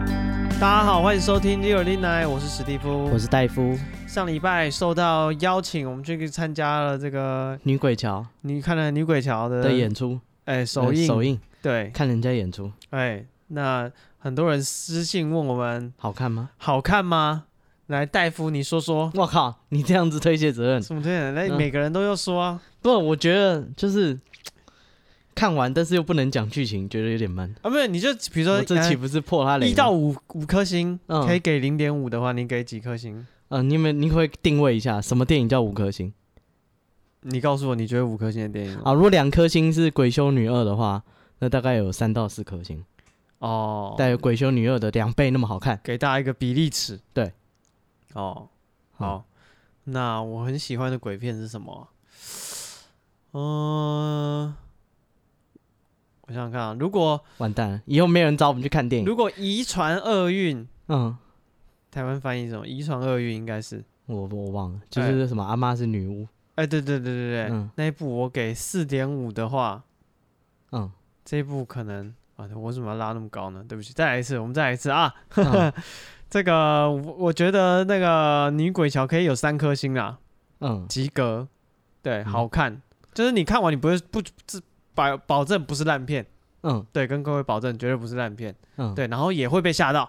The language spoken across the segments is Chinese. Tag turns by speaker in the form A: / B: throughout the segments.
A: 大家好，欢迎收听《六零奶》，我是史蒂夫
B: 我。是戴夫，
A: 上礼拜受到邀请，我们去参加了这个
B: 女鬼桥
A: 你看了《女鬼桥》的
B: 的演出，
A: 哎首
B: 呃
A: 映
B: 首映，
A: 对
B: 看人家演出
A: 哎，那很多人私信问我们
B: 好看吗？
A: 好看吗？来，戴夫你说说，
B: 我靠，你这样子推卸责任，
A: 什么推荐？那
B: 嗯
A: 每个人都要说啊，
B: 不，我觉得就是看完，但是又不能讲剧情，觉得有点闷。
A: 啊，没有，你就比如
B: 我
A: 说
B: 这岂不是破他
A: 呃
B: 雷吗？
A: 一到五五颗星，
B: 嗯
A: 可以给零点五的话，你给几颗星？
B: 嗯，你们你可不可以定位一下什么电影叫五颗星
A: 你告诉我，你觉得五颗星的电影
B: 啊？如果两颗星是《鬼修女二》的话，那大概有三到四颗星，啊
A: 哦，
B: 但《鬼修女二》的两倍那么好看。
A: 给大家一个比例尺。
B: 对，嗯
A: 哦，好，那我很喜欢的鬼片是什么啊？嗯、我想想看啊，如果
B: 完蛋了，以后没有人找我们去看电影。
A: 如果遗传厄运，
B: 嗯，
A: 台湾翻译什么？遗传厄运应该是，
B: 我我忘了，就是什么阿妈是女巫。
A: 哎、对对对对对，
B: 嗯
A: 那一部我给四点五的话，
B: 嗯，
A: 这一部可能啊，我为什么要拉那么高呢？对不起，再来一次，我们再来一次啊。
B: 嗯
A: 这个我我觉得那个女鬼桥可以有三颗星啦。
B: 嗯，
A: 及格，对，
B: 嗯
A: 好看，就是你看完你不会不自保保证不是烂片，
B: 嗯
A: 对，跟各位保证绝对不是烂片，
B: 嗯，
A: 对，然后也会被吓到，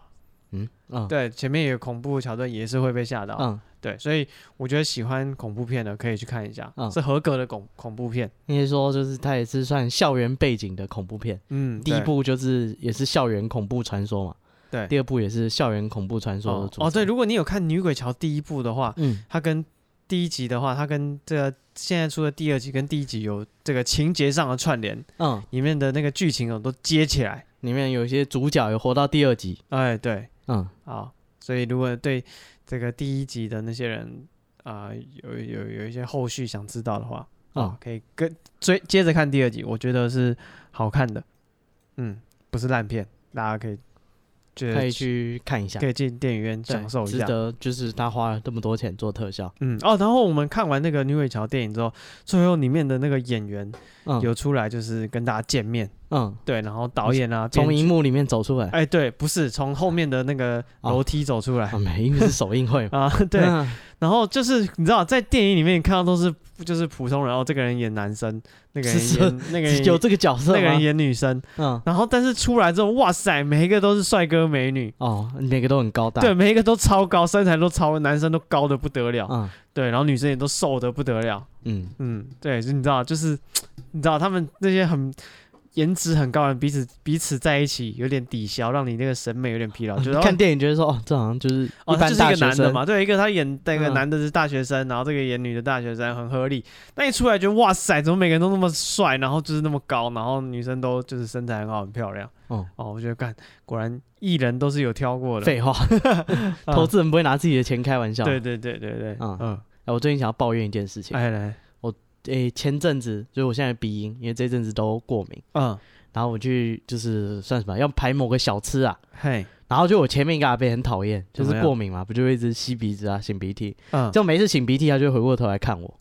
B: 嗯，嗯，
A: 对，前面有恐怖的桥段也是会被吓到，
B: 嗯，
A: 对，所以我觉得喜欢恐怖片的可以去看一下，
B: 嗯
A: 是合格的恐恐怖片，
B: 应该说就是它也是算校园背景的恐怖片。
A: 嗯，
B: 第一
A: 对
B: 部就是也是校园恐怖传说嘛，
A: 对
B: 第二部也是校园恐怖传说的
A: 哦
B: 主、
A: 哦，对，，如果你有看《女鬼桥》第一部的话，
B: 嗯，
A: 它跟第一集的话，它跟这个现在出的第二集跟第一集有这个情节上的串联，
B: 嗯，
A: 里面的那个剧情哦都接起来，
B: 里面有一些主角有活到第二集，
A: 哎，对，
B: 嗯，
A: 好，所以如果对这个第一集的那些人啊、有有有一些后续想知道的话，啊、
B: 哦
A: 可以跟追接着看第二集，我觉得是好看的，嗯，不是烂片，大家可以觉
B: 可
A: 得
B: 以去看一下
A: 可，以进电影院享受一
B: 值
A: 下。
B: 得就是他花了这么多钱做特效，
A: 嗯哦，然后我们看完那个《女鬼桥》电影之后，最后里面的那个演员
B: 嗯，
A: 有出来，就是跟大家见面，
B: 嗯，
A: 对，然后导演啊，
B: 从
A: 编剧
B: 荧幕里面走出来，
A: 哎，对，不是从后面的那个
B: 哦
A: 楼梯走出来
B: 啊，没，因为是首映会嘛，
A: 啊， 对，
B: 嗯
A: 然后就是你知道，在电影里面看到都是就是普通人，哦，这个人演男生，那个人
B: 是
A: 演那个人
B: 有
A: 演
B: 这个角色
A: 那个人
B: 吗？
A: 演女生，
B: 嗯，
A: 然后但是出来之后，哇塞，每一个都是帅哥美女，
B: 哦，每个都很高大，
A: 对，，每一个都超高，身材都超，男生都高的不得了，
B: 嗯
A: 对，然后女生也都瘦的不得了，
B: 嗯，
A: 嗯，对，就你知道，就是你知道他们那些很。颜值很高的人彼此彼此在一起有点抵消，让你那个审美有点疲劳，觉得 哦
B: 看电影觉得说哦，这好像就是
A: 哦，
B: 一
A: 他
B: 般
A: 就是
B: 大
A: 一个
B: 学
A: 男的
B: 生
A: 嘛，对，一个他演那个
B: 嗯
A: 男的是大学生，然后这个演女的大学生，很合理。那一出来就哇塞，怎么每个人都那么帅，然后就是那么高，然后女生都就是身材很好，很漂亮。
B: 哦
A: 哦，我觉得干，果然艺人都是有挑过的。
B: 废话，
A: 嗯
B: 投资人不会拿自己的钱开玩笑。
A: 对对对对对，嗯
B: 嗯
A: 嗯，
B: 哎，我最近想要抱怨一件事情。哎，
A: 哎来，
B: 前阵子就是我现在鼻音，因为这阵子都过敏，
A: 嗯
B: 然后我去就是算什么，要排某个小吃啊，
A: 嘿，
B: 然后就我前面一个阿伯很讨厌，就
A: 怎么
B: 是
A: 样
B: 过敏嘛，不就会一直吸鼻子啊、擤鼻涕，
A: 嗯，
B: 就每次擤鼻涕，他就会回过头来看我，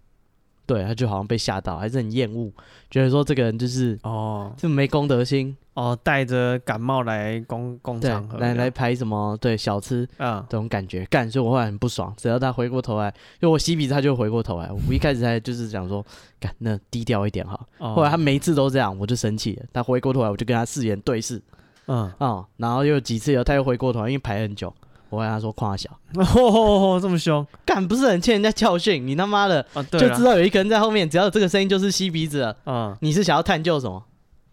B: 对，他就好像被吓到，还是很厌恶，觉得说这个人就是
A: 哦
B: 这么没公德心，
A: 哦，带着感冒来公共
B: 对
A: 场合，，
B: 来来，排什么对小吃，
A: 嗯
B: 这种感觉，干，所以我后来很不爽。只要他回过头来，就我吸鼻子，他就回过头来。我一开始还就是想说，干，那低调一点好。
A: 哦，
B: 后来他每一次都这样，我就生气了。他回过头来，我就跟他四眼对视
A: 嗯，
B: 啊、哦然后又有几次有他又回过头来，因为排很久，我跟他说夸小，
A: 哦，这么凶
B: 干，不是很欠人家教训？你他妈的
A: 啊？对
B: 就知
A: 了，
B: 道有一个人在后面，只要有这个声音就是吸鼻子了。
A: 嗯
B: 你是想要探究什么？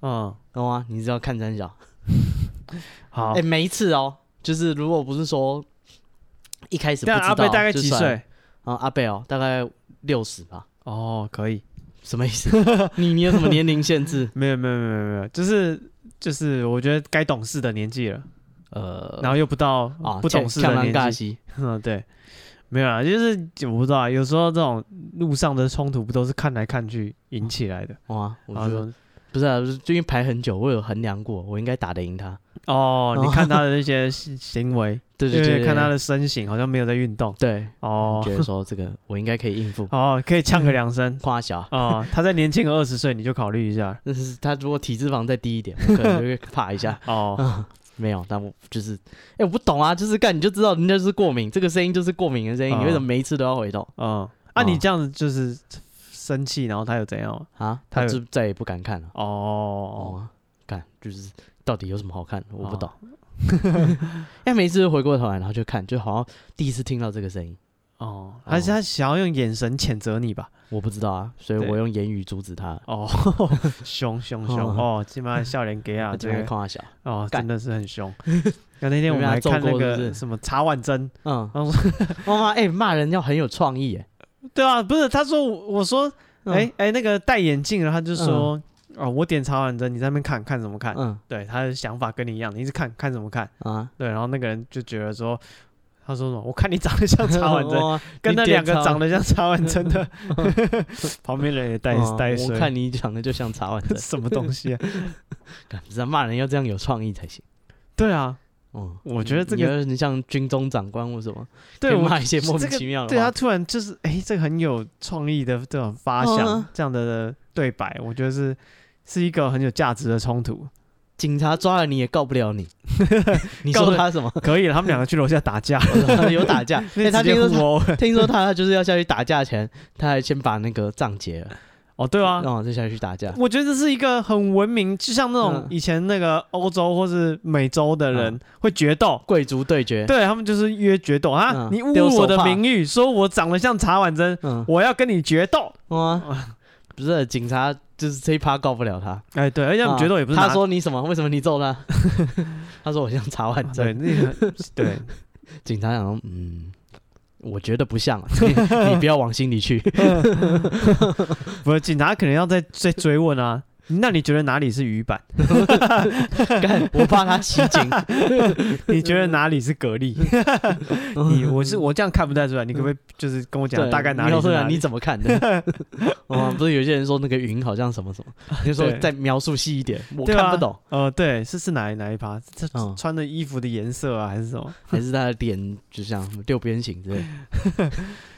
A: 嗯，
B: 懂吗？你是要看三小？
A: 好
B: 哎、。每一次哦，就是如果不是说一开始不
A: 但
B: 知道，
A: 阿贝大概
B: 就
A: 几
B: 算了
A: 岁？
B: 啊，阿贝哦，大概六十吧。
A: 哦，可以，
B: 什么 意思？你你有什么年龄限制？
A: 没有没有没有没有，就是就是，我觉得该懂事的年纪了，
B: 呃，
A: 然后又不到
B: 啊，
A: 不懂事
B: 呛
A: 的
B: 呛尬
A: 年纪，
B: 西，
A: 嗯，对，没有啊，就是我不知道啊，有时候这种路上的冲突不都是看来看去引起来的？
B: 哇！我
A: 然后
B: 觉得
A: 说
B: 不是啊，就是最近排很久，我有衡量过，我应该打得赢他。
A: 哦，你
B: 哦
A: 看他的那些行行为，
B: 对对
A: 因为
B: 对，
A: 看他
B: 的，
A: 的身形好像没有在运动
B: 对，
A: 哦
B: 觉得说这个我应该可以应付。
A: 哦，可以呛个两声
B: 夸小，
A: 哦，他再年轻个二十岁，你就考虑一下
B: 但是他如果体脂肪再低一点，我可能就会怕一下。
A: 哦。
B: 没有，但我就是，哎、我不懂啊，就是干你就知道人家就是过敏，这个声音就是过敏的声音，
A: 嗯
B: 你为什么每一次都要回头
A: 嗯，啊，你
B: 哦
A: 这样子就是生气，然后他又怎样吗？
B: 啊？
A: 他
B: 他
A: 有
B: 就再也不敢看了。
A: 哦，
B: 哦，干就是到底有什么好看？我不懂。
A: 哦
B: 哎、每一次都回过头来，然后就看，就好像第一次听到这个声音，
A: 哦，还是他想要用眼神谴责你吧？
B: 我不知道啊，所以
A: 对
B: 我用言语阻止他。
A: 哦，凶凶凶！
B: 哦
A: 哦，起码笑脸给 啊，这
B: 他竟然
A: 个
B: 夸他小，
A: 哦，
B: 干
A: 真的是很 凶。那那天我们还
B: 有被他
A: 看
B: 揍
A: 那
B: 过是不
A: 个
B: 是
A: 什么茶碗蒸，
B: 嗯，
A: 然后
B: 妈妈，哎，骂人要很有创意，哎，
A: 对啊，不是他说我我说
B: 嗯
A: 哎，哎那个戴眼镜的他就说哦我点茶碗蒸，你在那边看看什么看？
B: 嗯
A: 对，他的想法跟你一样，你一直看看什么看？
B: 啊，
A: 对，然后那个人就觉得说。他说什么？我看你长得像 茶碗 蒸，
B: 哇
A: 跟那两个长
B: 得
A: 得像茶碗蒸 的， 旁边人也带带
B: 哦我
A: 水，
B: 看你长得就像茶碗 蒸，
A: 什么东西啊？
B: 干这骂人要这样有创意才行。
A: 对啊，
B: 嗯，
A: 我觉得这
B: 你
A: 个
B: 要你像军中长官或什么，
A: 对
B: 可以
A: 我
B: 骂一些莫
A: 这
B: 名
A: 个
B: 其妙的
A: 对他
B: 话，
A: 突然就是哎、诶这个很有创意的这种发想，
B: 嗯啊
A: 这样的对白，我觉得是是一个很有价值的冲突。
B: 警察抓了你也告不了 你，你
A: 告
B: 说
A: 了
B: 他什么？
A: 可以了，他们两个去楼下打 架，
B: 有打架，因为
A: 那
B: 他
A: 直
B: 听
A: 接
B: 说
A: 互殴。
B: 他 听说他就是要下去打架前，他还先把那个账结了，
A: 哦，对啊，
B: 然后再下去打架。
A: 我觉得这是一个很文明，就像那种
B: 嗯
A: 以前那个欧洲或是美洲的人会决斗。
B: 贵族对决，
A: 对他们就是约决斗啊！
B: 嗯
A: 你侮
B: 丢
A: 辱我
B: 手
A: 的
B: 帕
A: 名誉，说我长得像茶碗蒸，
B: 嗯，
A: 我要跟你决斗。
B: 哇， 不是警察，就是这一趴告不了他。
A: 哎，对，而且他们决斗也不是
B: 啊
A: 拿
B: 他说你什么？为什么你揍他？ 他说我像查碗
A: 啊对
B: 针。
A: 那个对，
B: 警察想说，嗯，我觉得不像啊，你你不要往心里去。
A: 不是警察可能要再再追问啊。那你觉得哪里是鱼 板？
B: 干，我怕他袭 警。
A: 你觉得哪里是蛤 蜊？你我是我这样看不太出来，你可不可以就是跟我讲
B: 对
A: 大概哪
B: 你
A: 里
B: 要
A: 是
B: 说
A: 哪
B: 你
A: 里？
B: 怎么看 的？哦，不是有些人说那个云好像什么什么，你就说
A: 对
B: 再描述细一点，我
A: 对啊
B: 看不懂。
A: 呃，对，是是哪一哪一趴？这
B: 嗯
A: 穿的衣服的颜色啊，还是什么？
B: 还是他的脸就像六边形之类的。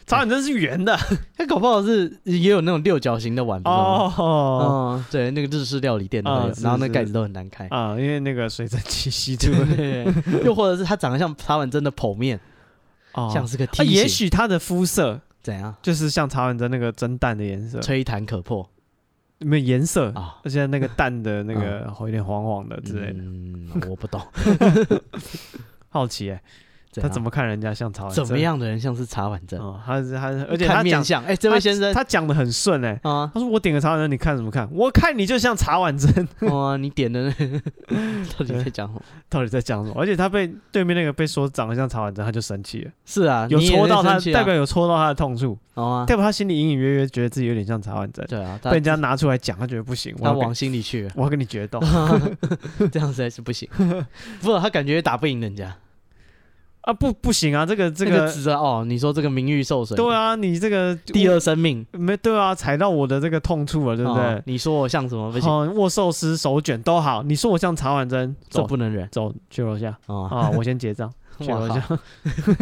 A: 茶碗蒸是圆的
B: 他搞不好是也有那种六角形的碗，不是吗？
A: 哦
B: 哦，对，那个日式料理店都
A: 啊
B: 有，
A: 是
B: 然后那
A: 是
B: 盖子都很难开。
A: 啊，因为那个水蒸气吸住了
B: 对， 又或者是他长得像茶碗蒸的剖面，
A: 哦
B: 像是个
A: 啊，
B: 梯
A: 也
B: 形，
A: 许它的肤色
B: 怎样？
A: 就是像茶碗蒸那个蒸蛋的颜色，
B: 吹弹可破
A: 没有颜色，
B: 啊！
A: 而且那个蛋的那个有点黄黄的之类的。
B: 嗯，我不 懂，
A: 好奇哎，
B: 怎
A: 他
B: 样
A: 怎么看人家像茶碗蒸？
B: 怎么？样的人像是茶碗蒸？
A: 哦，他是他是，而且
B: 看
A: 他
B: 面
A: 讲
B: 相，哎，这位先生
A: 他讲的很顺哎、
B: 啊，
A: 他说我点个茶碗蒸，你看什么看？我看你就像茶碗蒸，
B: 哇，你点的 那到底在讲什么？
A: 到底在讲什么？而且他被对面那个被说长得像茶碗蒸，他就生气了，
B: 是啊，
A: 有
B: 你也
A: 戳到
B: 在
A: 他，
B: 生气啊
A: 代表有戳到他的痛处，
B: 好啊，
A: 代表他心里隐隐约约觉得自己有点像茶碗蒸，
B: 对啊，
A: 被
B: 他
A: 人家拿出来讲，他觉得不行，我
B: 他
A: 要跟
B: 往心里去了，
A: 我要跟你决 斗
B: 这样实在是不 行。不，他感觉打不赢人家。
A: 啊！不不行啊，这个这
B: 这个
A: 个
B: 指责哦，你说这个名誉受损，
A: 对啊，你这个
B: 第二生命，
A: 我没对啊，踩到我的这个痛处了，对哦不
B: 哦
A: 对？
B: 你说我像什么不行，
A: 好，握寿司、手卷都好，你说我像茶碗蒸，
B: 这
A: 走
B: 不能忍
A: 走去楼下
B: 啊！
A: 啊，我先结 账，
B: 哇
A: 去楼下。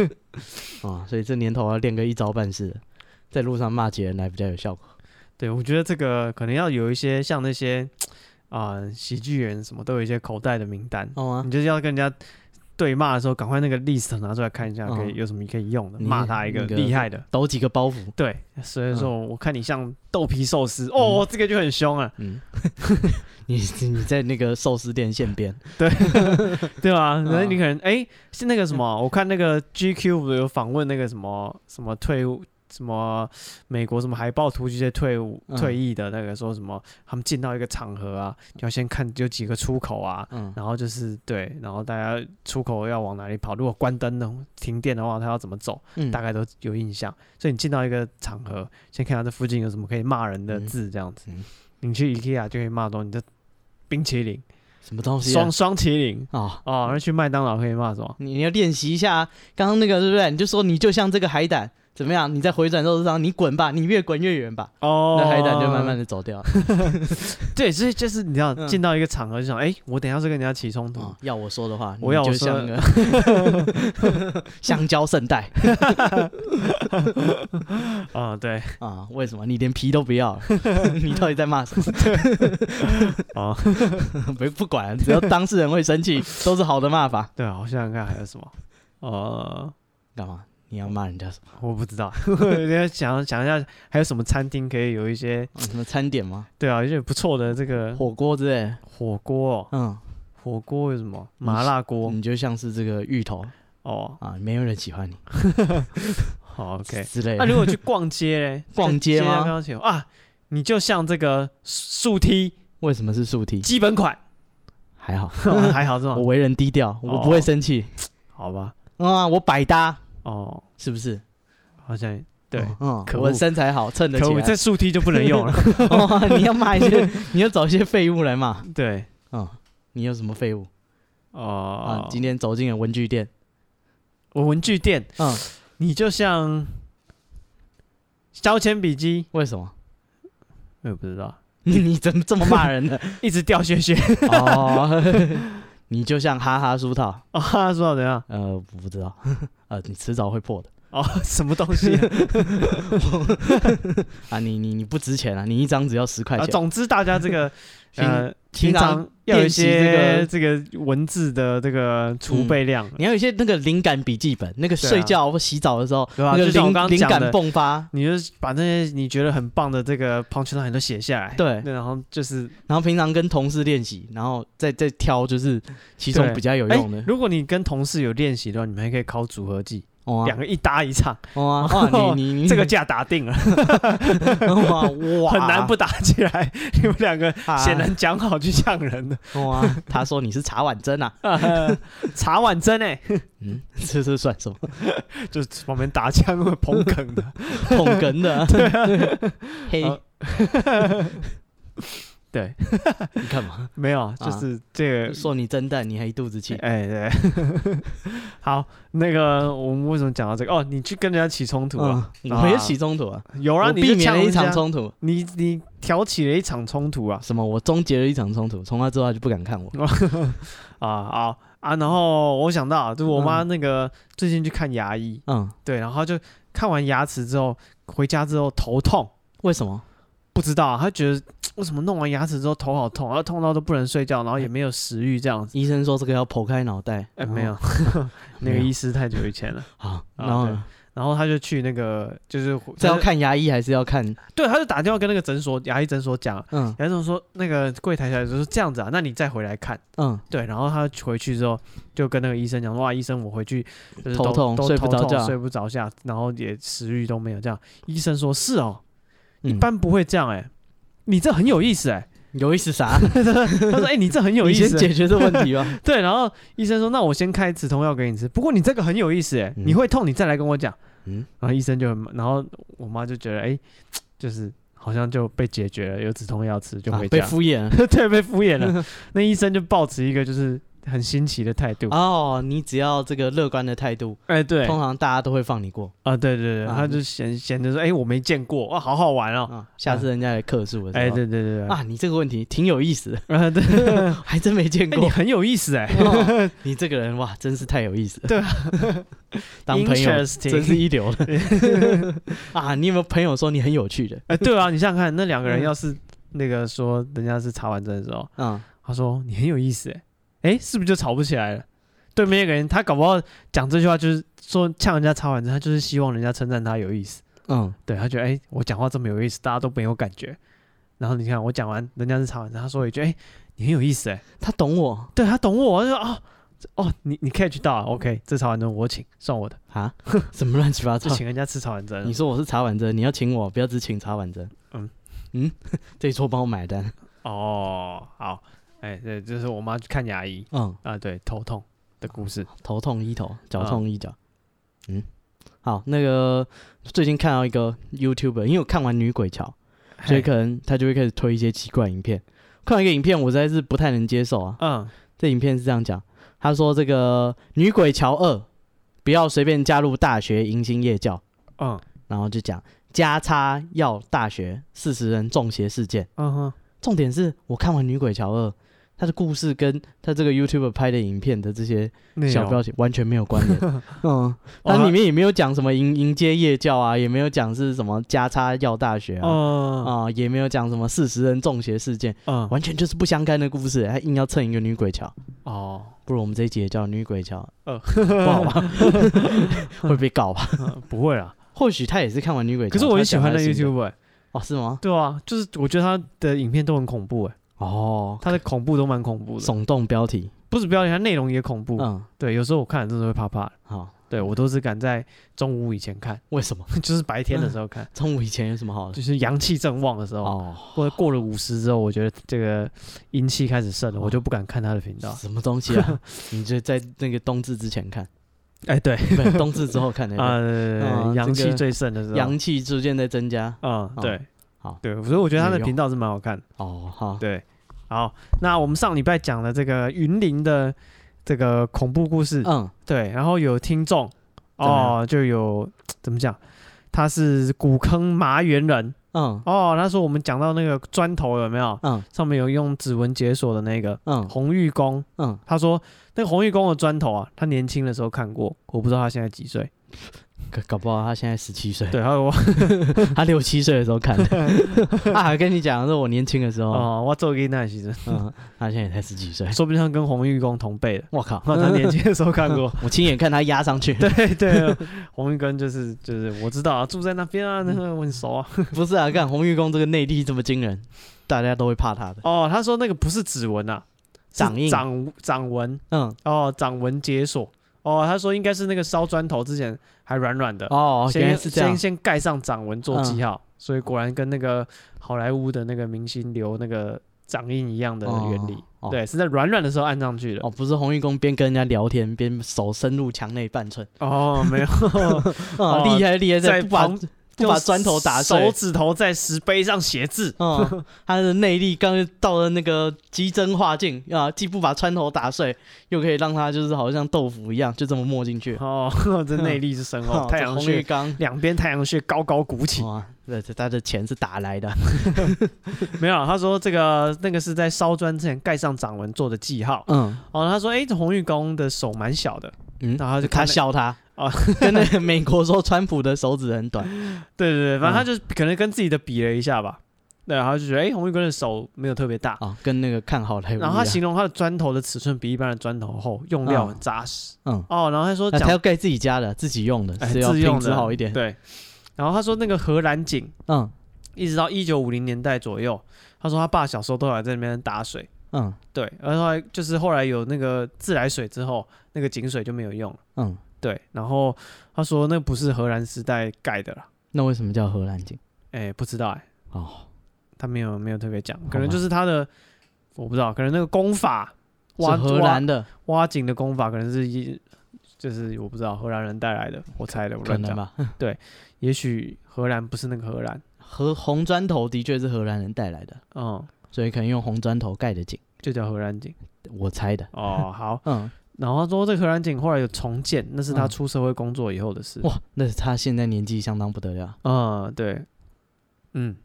B: 靠啊！所以这年头要练个一招半式的，在路上骂起人来比较有效果。
A: 对，我觉得这个可能要有一些像那些啊、喜剧人什么都有一些口袋的名单，
B: 好啊
A: 你，就是要跟人家对骂的时候，赶快那个 list 拿出来看一下，可以
B: 嗯
A: 有什么可以用的，
B: 你
A: 骂他一个
B: 那个嗯
A: 厉害的。
B: 抖几个包袱，
A: 对，所以说我看你像豆皮寿司，哦，这个就很凶啊，
B: 嗯，你你在那个寿司店现编，
A: 对
B: 嗯
A: 吧？那你可能哎、是那个什么，我看那个 GQ 不是有访问那个什么什么退伍。什么美国什么海豹突击队退伍
B: 嗯
A: 退役的那个说什么，他们进到一个场合啊，要先看有几个出口啊，
B: 嗯，
A: 然后就是对，然后大家出口要往哪里跑？如果关灯的停电的话，他要怎么走？
B: 嗯
A: 大概都有印象。所以你进到一个场合，先看看这附近有什么可以骂人的字，这样子。
B: 嗯
A: 你去 IKEA 就可以骂到你的冰淇淋、
B: 什么东西啊
A: 双双淇淋
B: 哦，
A: 哦，然后去麦当劳可以骂什么？
B: 你你要练习一下啊，刚刚那个对不对？你就说你就像这个海胆，怎么样？你在回转肉上，你滚吧，你越滚越远吧。
A: 哦，
B: 那海胆就慢慢的走掉了。
A: 对，所以就是你知道，
B: 嗯
A: 进到一个场合就想，哎，我等一下是跟人家起冲突，
B: 哦要我说的话，
A: 我要
B: 你
A: 我
B: 就
A: 说
B: 像个 香蕉圣代
A: 啊、对，
B: 啊？为什么你连皮都不要 了？你到底在骂什么？
A: 哦，
B: 不不管，只要当事人会生气，都是好的骂法。
A: 对啊，我想想看还有什么，呃，
B: 干嘛？你要骂人家什么？
A: 我不知 道，我在想想一下还有什么餐厅可以有一些，
B: 啊什么餐点吗？
A: 对啊，一些不错的这个
B: 火锅之类的？
A: 火锅、哦，
B: 嗯，
A: 火锅有什么麻辣锅
B: 你就像是这个芋头
A: 哦，
B: 啊，没有人喜欢你
A: 好，OK，
B: 之类
A: 那、
B: 的。？
A: 如果去逛街嘞
B: 逛街吗
A: 在上看到球啊，你就像这个竖梯
B: 为什么是竖梯？
A: 基本款， 哦
B: 还好，
A: 还好是吗
B: 我？为人低调，我不会生气
A: 好吧，
B: 啊，我百搭，
A: 哦，
B: 是不是？
A: 好像对，
B: 嗯，
A: 可恶
B: 我身材好，衬得
A: 可
B: 起
A: 恶，
B: 来。
A: 这竖梯就不能用了。
B: 哦，你要骂一 些，你要找一些废物来骂。
A: 对，
B: 嗯，你有什么废物啊
A: 哦？，
B: 今天走进了文具店，
A: 我文具店，
B: 嗯，
A: 你就像削铅笔机，
B: 为什么？
A: 我也不知道，
B: 你怎么这么骂人呢？
A: 一直掉屑屑。
B: 哦， 你就像哈哈书套，
A: 哦，他说怎样？
B: 呃，我不知道， 呃，你迟早会破的
A: 哦，什么东 西啊？
B: 啊！你你你不值钱啊，你一张只要十块
A: 啊
B: 钱。
A: 总之，大家这个呃，
B: 平
A: 平
B: 常
A: 常要有一
B: 练习这
A: 些
B: 个
A: 这个嗯文字的这个储备量。
B: 你要有一些那个灵感笔记本，那个
A: 对啊
B: 睡觉或洗澡的时候，
A: 对啊
B: 那个
A: 就像我刚
B: 灵
A: 刚
B: 灵
A: 讲的
B: 感迸发。
A: 你就是把那些你觉得很棒的这个 punch line 都写下来，
B: 对
A: 然后就是，
B: 然后平常跟同事练习，然后再再挑就是其中
A: 对
B: 比较有
A: 哎
B: 用的。，
A: 如果你跟同事有练习的话，你们还可以考组合技，
B: 哦啊
A: 两个一搭一唱，
B: 哦啊哇，你你你
A: 这个架打定了，
B: 哇哇
A: 很难不打起来。你们两个
B: 啊
A: 显然讲好去呛人的，
B: 哇！他说你是茶碗蒸啊，
A: 茶碗蒸哎，
B: 嗯， 这是算什么
A: 就是旁边打枪会捧哏 的，
B: 捧哏的啊？ 嘿，
A: 啊对，
B: 你干嘛？
A: 没有，
B: 啊
A: 就是这个
B: 说你蒸蛋，你还一肚子气。
A: 哎、
B: 嗯
A: 对， 好，那个我们为什么讲到这个？哦，你去跟人家起冲突了，
B: 嗯，我也起冲突啊，
A: 有啊，
B: 我
A: 你
B: 避
A: 就
B: 免
A: 呛
B: 了一
A: 人家
B: 场冲突。
A: 你你挑起了一场冲突啊
B: 什么？我终结了一场冲突，从那之后他就不敢看我。
A: 啊啊啊！然后我想到，就是我妈那个最近去看牙医，
B: 嗯，
A: 对，然后就看完牙齿之后，回家之后头痛，
B: 为什么？
A: 不知道啊她觉得为什么弄完牙齿之后头好痛，然后痛到都不能睡觉，然后也没有食欲这样子。
B: 医生说这个要剖开脑袋。
A: 哎、
B: 然后
A: 没有， 那个医师太久以前了。
B: 啊，
A: 啊
B: 然后
A: 对
B: 呢
A: 然后她就去那个，就是
B: 这要
A: 她就
B: 看牙医还是要看？
A: 对，她就打电话跟那个诊所牙医诊所讲，
B: 嗯
A: 然后说那个柜台小姐说这样子啊，那你再回来看。
B: 嗯，
A: 对，然后他回去之后就跟那个医生讲说，哇，医生，我回去就是
B: 头
A: 都
B: 痛
A: 都
B: 睡不
A: 头
B: 着
A: 痛
B: 觉
A: 睡不着觉，然后也食欲都没有。这样，医生说是哦，
B: 一
A: 一般不会这样哎、你这很有意思哎、
B: 有意思啥？
A: 他说：“哎、你这很 有
B: 你
A: 意
B: 先
A: 思欸、
B: 解决这问题吧。
A: 对，然后医生说：“那我先开止痛药给你吃。不过你这个很有意思、欸，
B: 嗯
A: 你会痛，你再来跟我讲。”
B: 嗯
A: 然后医生就很，然后我妈就觉得：“哎、就是好像就被解决了，有止痛药 吃就
B: 啊
A: 回家。
B: 被敷衍了。
A: 对，被敷衍了。 那医生就抱持一个就是很新奇的态度。
B: 哦，你只要这个乐观的态度，
A: 哎、对，
B: 通常大家都会放你过
A: 啊，对对对，
B: 啊
A: 他就显显得说，哎、我没见过，哇，好好玩哦。
B: 啊。下次人家来客诉的时候，
A: 哎、对对对对，啊，
B: 啊，你这个问题挺有意思的，
A: 对，哎
B: 还真没见
A: 你
B: 过。
A: 很有意思哎、
B: 哦你这个人哇，真是太有意思了。
A: 对， 啊
B: 当朋友
A: Interesting
B: 真是一流的 啊！你有没有朋友说你很有趣的？
A: 哎、对啊，你想想看，那两个人
B: 嗯
A: 要是那个说人家是查完证的时候，
B: 嗯，
A: 他说你很有意思哎、哎、是不是就吵不起来了？对面那个人，他搞不好讲这句话就是说呛人家查完证，他就是希望人家称赞他有意思。
B: 嗯，
A: 对他觉得，哎、我讲话这么有意思，大家都没有感觉。然后你看我讲完，人家是查完证，他说一句，哎、你很有意思哎、
B: 他懂我
A: 对他懂我，他说哦这哦，你你 catch 到啊，OK，这茶碗蒸我请，算我的，
B: 啊，什么乱七八
A: 就
B: 糟？
A: 请人家吃茶碗蒸
B: 你
A: 了。
B: 说我是茶碗蒸，你要请我，不要只请茶碗蒸。嗯
A: 嗯
B: 嗯， 这一桌帮我买单。
A: 哦，好，哎、对，这是我妈去看牙医
B: 嗯，
A: 啊，对，头痛的故事。
B: 头痛医
A: 啊
B: 头，脚痛医脚。嗯，好，那个最近看到一个 YouTube，因为我看完《女鬼桥》，所
A: 嘿
B: 以可能他就会开始推一些奇怪影片。看完一个影片，我实在是不太能接受啊。
A: 嗯，
B: 这影片是这样讲，他说这个《女鬼桥二》不要随便加入大学迎新夜教，
A: 嗯，
B: 然后就讲加差要大学四十人中邪事件。
A: 嗯哼，
B: 重点是我看完《女鬼桥二》，它的故事跟它这个 YouTube 拍的影片的这些
A: 内
B: 小
A: 容
B: 标题完全没有关 联。嗯，
A: 哦
B: 它里面也没有讲什么迎迎接夜教啊，也没有讲是什么加差要大学啊，
A: 哦
B: 啊、也没有讲什么四十人中邪事件，
A: 嗯
B: 完全就是不相干的故事，还硬要蹭一个女鬼桥。
A: 哦，
B: 不如我们这一集也叫女鬼桥，
A: 呃
B: 不 好吧？ 会被告吧？
A: 嗯 不会啦。
B: 或许他也是看完女鬼桥，
A: 可是我
B: 他
A: 很喜
B: 讲
A: 欢
B: 他
A: 那
B: 的心得
A: YouTube 哎，
B: 哦，是吗？
A: 对啊，就是我觉得他的影片都很恐怖哎，
B: 哦，
A: 他的恐怖都蛮恐怖的，
B: 耸动标题，
A: 不止标题，他内容也恐怖。
B: 嗯，
A: 对，有时候我看了真的会怕怕的。
B: 好，
A: 对我都是赶在中午以前看，
B: 为什么？
A: 就是白天的时候看，
B: 中午以前有什 么好的？
A: 就是阳气正旺的时候，
B: 嗯哦，
A: 或者过了午时之后，我觉得这个阴气开始盛
B: 哦
A: 了，我就不敢看他的频道。
B: 什么东西 啊？你就在那个冬至之前看，
A: 哎，对，
B: 不是冬至之后看那
A: 啊，
B: 个，
A: 对对对
B: 嗯
A: 阳
B: 这
A: 气
B: 个
A: 最盛的时候，
B: 阳气逐渐在增加。
A: 嗯，对，
B: 好
A: 对，所以我觉得他
B: 有
A: 的
B: 用
A: 频道是啊蛮好看的。
B: 哦，好，
A: 对，好，那我们上礼拜讲了这个云林的这个恐怖故事，
B: 嗯，
A: 对，然后有听众
B: 怎么
A: 哦，就有怎么讲，他是古坑麻原人
B: 嗯，
A: 哦，他说我们讲到那个砖头有没有？
B: 嗯，
A: 上面有用指纹解锁的那个
B: 嗯，
A: 红玉公，
B: 嗯，
A: 他说那个红玉公的砖头啊，他年轻的时候看过，我不知道他现在几岁。
B: 搞搞不好他现在十七岁，
A: 对，还有我
B: 他六七岁的时候看的。 啊，跟你讲，是我年轻的时候，
A: 哦，我做给那其实，
B: 嗯，他现在也才十几岁。
A: 说不定他跟红玉公同 辈的。
B: 我靠，
A: 那他年轻的时候看过，
B: 我亲眼看他压上去，
A: 对对，红玉根就是就是我知道啊，住在那边啊，那个
B: 嗯
A: 我很熟啊。
B: 不是啊，看红玉公这个内力这么惊人，大家都会怕他的。
A: 哦，他说那个不是指纹啊，是
B: 掌印
A: 掌掌纹
B: 嗯，
A: 哦，掌纹解锁哦，他说应该是那个烧砖头之前还软软的，
B: 哦，原来
A: 先
B: 是这样嗯
A: 先。先盖上掌纹做记号，所以果然跟那个好莱坞的那个明星留那个掌印一样的原理，
B: 哦哦
A: 对，是在软软的时候按上去的。
B: 哦，不是红玉公边跟人家聊天边手伸入墙内半寸，
A: 哦，没有，
B: 啊，厉害厉害，
A: 嗯在
B: 不把
A: 旁
B: 不把砖头打
A: 手
B: 碎。
A: 指头在石碑上写字。
B: 嗯，他的内力刚到了那个极真化境啊，既不把砖头打碎，又可以让他就是好像豆腐一样，就这么没进去。
A: 哦， 这内力是深
B: 哦
A: 厚，太阳
B: 这红玉哦
A: 穴
B: 刚，
A: 两边太阳穴高高鼓起。
B: 哇，这这他的钱是打来的。
A: 没有啊，他说这个那个是在烧砖之前盖上掌纹做的记号。
B: 嗯
A: 哦，他说，哎，这红玉公的手蛮小的。
B: 嗯，
A: 然后就
B: 他
A: 看那
B: 笑他
A: 哦
B: 跟那个美国说川普的手指很短，
A: 对对对，反正他
B: 嗯
A: 就可能跟自己的比了一下吧。对，然后就觉得，哎，红玉公的手没有特别大。
B: 啊，跟那个看好莱坞一样。
A: 然后他形容他的砖头的尺寸比一般的砖头厚，用料
B: 哎嗯
A: 很扎实。
B: 嗯，
A: 哦，然后他说
B: 啊，他
A: 讲
B: 要盖自己家的，自己用的，
A: 哎
B: 是要
A: 自
B: 品
A: 用
B: 质
A: 的
B: 好一点。
A: 对。然后他说那个荷兰井，
B: 嗯
A: 一直到一九五零年代左右，他说他爸小时候都还在那边打水。
B: 嗯
A: 对，而后来就是后来有那个自来水之后，那个井水就没有用了。
B: 嗯，
A: 对，然后他说那不是荷兰时代盖的啦，
B: 那为什么叫荷兰井？
A: 哎，不知道哎、
B: 哦，
A: 他没有没有特别讲，
B: 吧
A: 可能就是他的，我不知道，可能那个工法
B: 是
A: 挖
B: 荷兰的，
A: 挖挖井的工法，可能是一就是我不知道荷兰人带来的，我猜的，我
B: 可
A: 乱
B: 能
A: 讲，
B: 吧？
A: 也许荷兰不是那个荷兰，
B: 荷红砖头的确是荷兰人带来的，
A: 嗯，
B: 所以可能用红砖头盖的井，
A: 就叫荷兰井。
B: 我猜的。
A: 哦，好，
B: 嗯，
A: 然后他说这个荷兰井后来有重建，那是他
B: 嗯
A: 出社会工作以后的事。
B: 哇，那他现在年纪相当不得了。
A: 嗯，对，嗯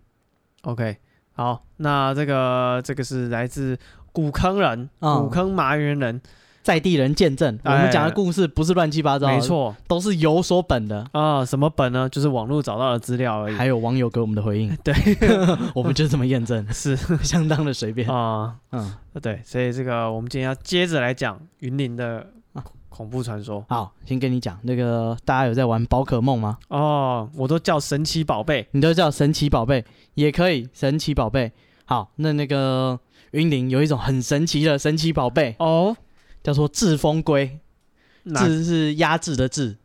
A: ，OK，好，那这个这个是来自古坑人，
B: 嗯
A: 古坑麻原人，
B: 在地人见证，我
A: 哎
B: 们讲的故事不是乱七八糟，
A: 没，错
B: 都是有所本的。
A: 啊、什么本呢？就是网络找到的资料而已。
B: 还有网友给我们的回 应，
A: 对，
B: 我们就这么验 证，
A: 是
B: 相当的随便。
A: 啊、
B: 嗯，
A: 对，所以这个我们今天要接着来讲云林的
B: 啊
A: 恐怖传说
B: 好，先跟你讲，那个大家有在玩宝可梦吗？
A: 哦，我都叫神奇宝贝
B: 你都叫神奇宝贝也可以，神奇宝贝。好，那那个云林有一种很神奇的神奇宝贝，
A: 哦，
B: 叫做治风龟。
A: 那
B: 治是压制的治，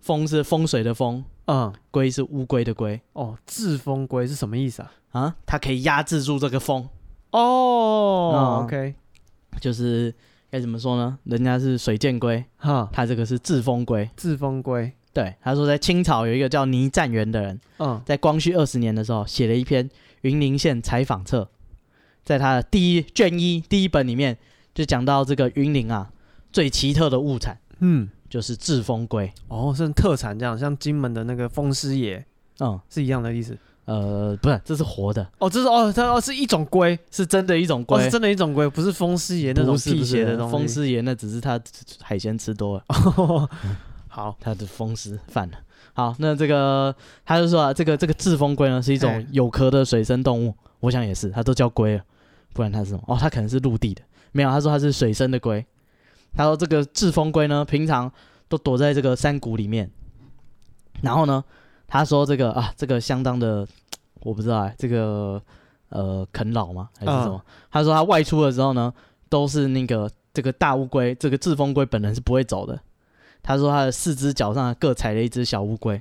B: 风是风水的风，
A: 嗯
B: 龟是乌龟的龟
A: 哦，治风龟是什么意思啊？
B: 啊，它可以压制住这个风，
A: 哦、
B: 嗯
A: o k
B: 就是该怎么说呢？人家是水箭龟，
A: 哈，
B: 它这个是治风龟。
A: 治风龟，
B: 对，他说在清朝有一个叫倪占元的人，
A: 嗯
B: 在光绪二十年的时候写了一篇《云林县采访册》，在他的第一卷一第一本里面就讲到这个云林啊最奇特的物产
A: 嗯，
B: 就是制风龟。
A: 哦，是特产这样，像金门的那个风师爷
B: 嗯，
A: 是一样的意思。
B: 呃，不是，这是活的，
A: 哦，这是哦，它哦是一种龟，
B: 是真的一种
A: 哦
B: 龟。
A: 是真的一种龟，不是风师爷那种
B: 不是
A: 辟
B: 不
A: 邪的
B: 是
A: 东西。
B: 风师爷，那只是他海鲜吃多了，
A: 哦，好，
B: 他的风湿犯了。好，那这个他就说啊，这个这个制风龟呢是一种
A: 嘿
B: 有壳的水生动物，我想也是，它都叫龟了，不然它是什么？哦，它可能是陆地的，没有，他说它是水生的龟。他说这个制风龟呢，平常都躲在这个山谷里面，然后呢，他说这个啊，这个相当的，我不知道哎、这个呃啃老吗还是什么？他说他外出的时候呢，都是那个这个大乌龟，这个制风龟本人是不会走的。他说他的四只脚上各踩了一只小乌龟，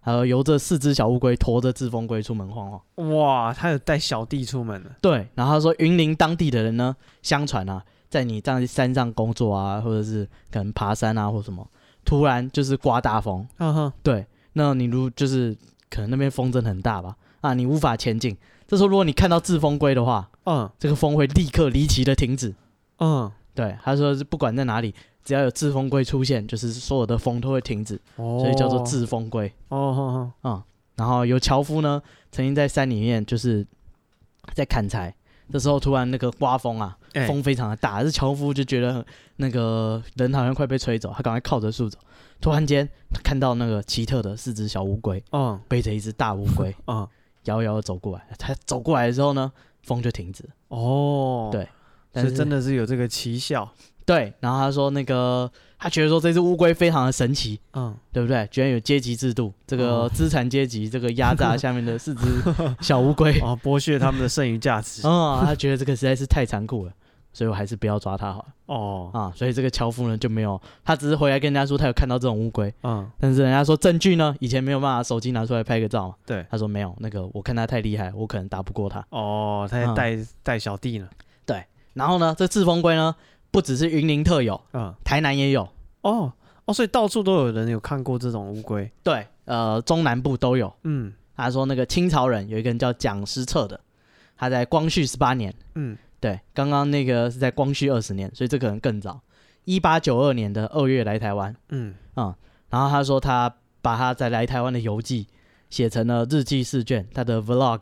B: 还有由这四只小乌龟驮着制风龟出门晃晃。
A: 哇，他有带小弟出门了。
B: 对，然后他说云林当地的人呢，相传啊，在你这样山上工作啊，或者是可能爬山啊或什么，突然就是刮大风，
A: 嗯哼，
B: 对，那你如就是可能那边风真的很大吧，啊，你无法前进。这时候如果你看到制风龟的话，
A: 嗯
B: 这个风会立刻离奇的停止。
A: 嗯，
B: 对，他说是不管在哪里，只要有制风龟出现，就是所有的风都会停止，
A: 哦，
B: 所以叫做制风龟。
A: 哦。哦哦，
B: 然后有樵夫呢，曾经在山里面就是在砍柴，这时候突然那个刮风啊，
A: 哎
B: 风非常的大，这樵夫就觉得很那个人好像快被吹走，他赶快靠着树走，突然间他看到那个奇特的四只小乌龟
A: 嗯
B: 背着一只大乌龟。
A: 嗯，
B: 摇摇地走过来。他走过来的时候呢，风就停止了。
A: 哦，
B: 对但
A: 所以
B: 是
A: 真的是有这个奇效。
B: 对，然后他说那个，他觉得说这只乌龟非常的神奇，
A: 嗯，
B: 对不对？居然有阶级制度，这个
A: 哦
B: 资产阶级这个压榨下面的四只小乌龟。
A: 哦，剥削他们的剩余价 值。
B: 啊、他觉得这个实在是太残酷了，所以我还是不要抓它好了
A: 哦，
B: 啊。所以这个樵夫呢就没有，他只是回来跟人家说他有看到这种乌龟，
A: 嗯，
B: 但是人家说证据呢，以前没有办法手机拿出来拍个照嘛。
A: 对。
B: 他说没有，那个我看他太厉害，我可能打不过他。
A: 哦，他在
B: 嗯
A: 带带小弟呢。
B: 然后呢，这赤峰龟呢，不只是云林特有，
A: 嗯，
B: 台南也有。
A: 哦哦，所以到处都有人有看过这种乌龟。
B: 对，呃，中南部都有。
A: 嗯
B: 他说那个清朝人有一个人叫蒋师彻的，他在光绪十八年，
A: 嗯，
B: 对，刚刚那个是在光绪二十年，所以这个人更早，一八九二年的二月来台湾，
A: 嗯，
B: 然后他说他把他在来台湾的游记写成了日记试卷，他的 vlog，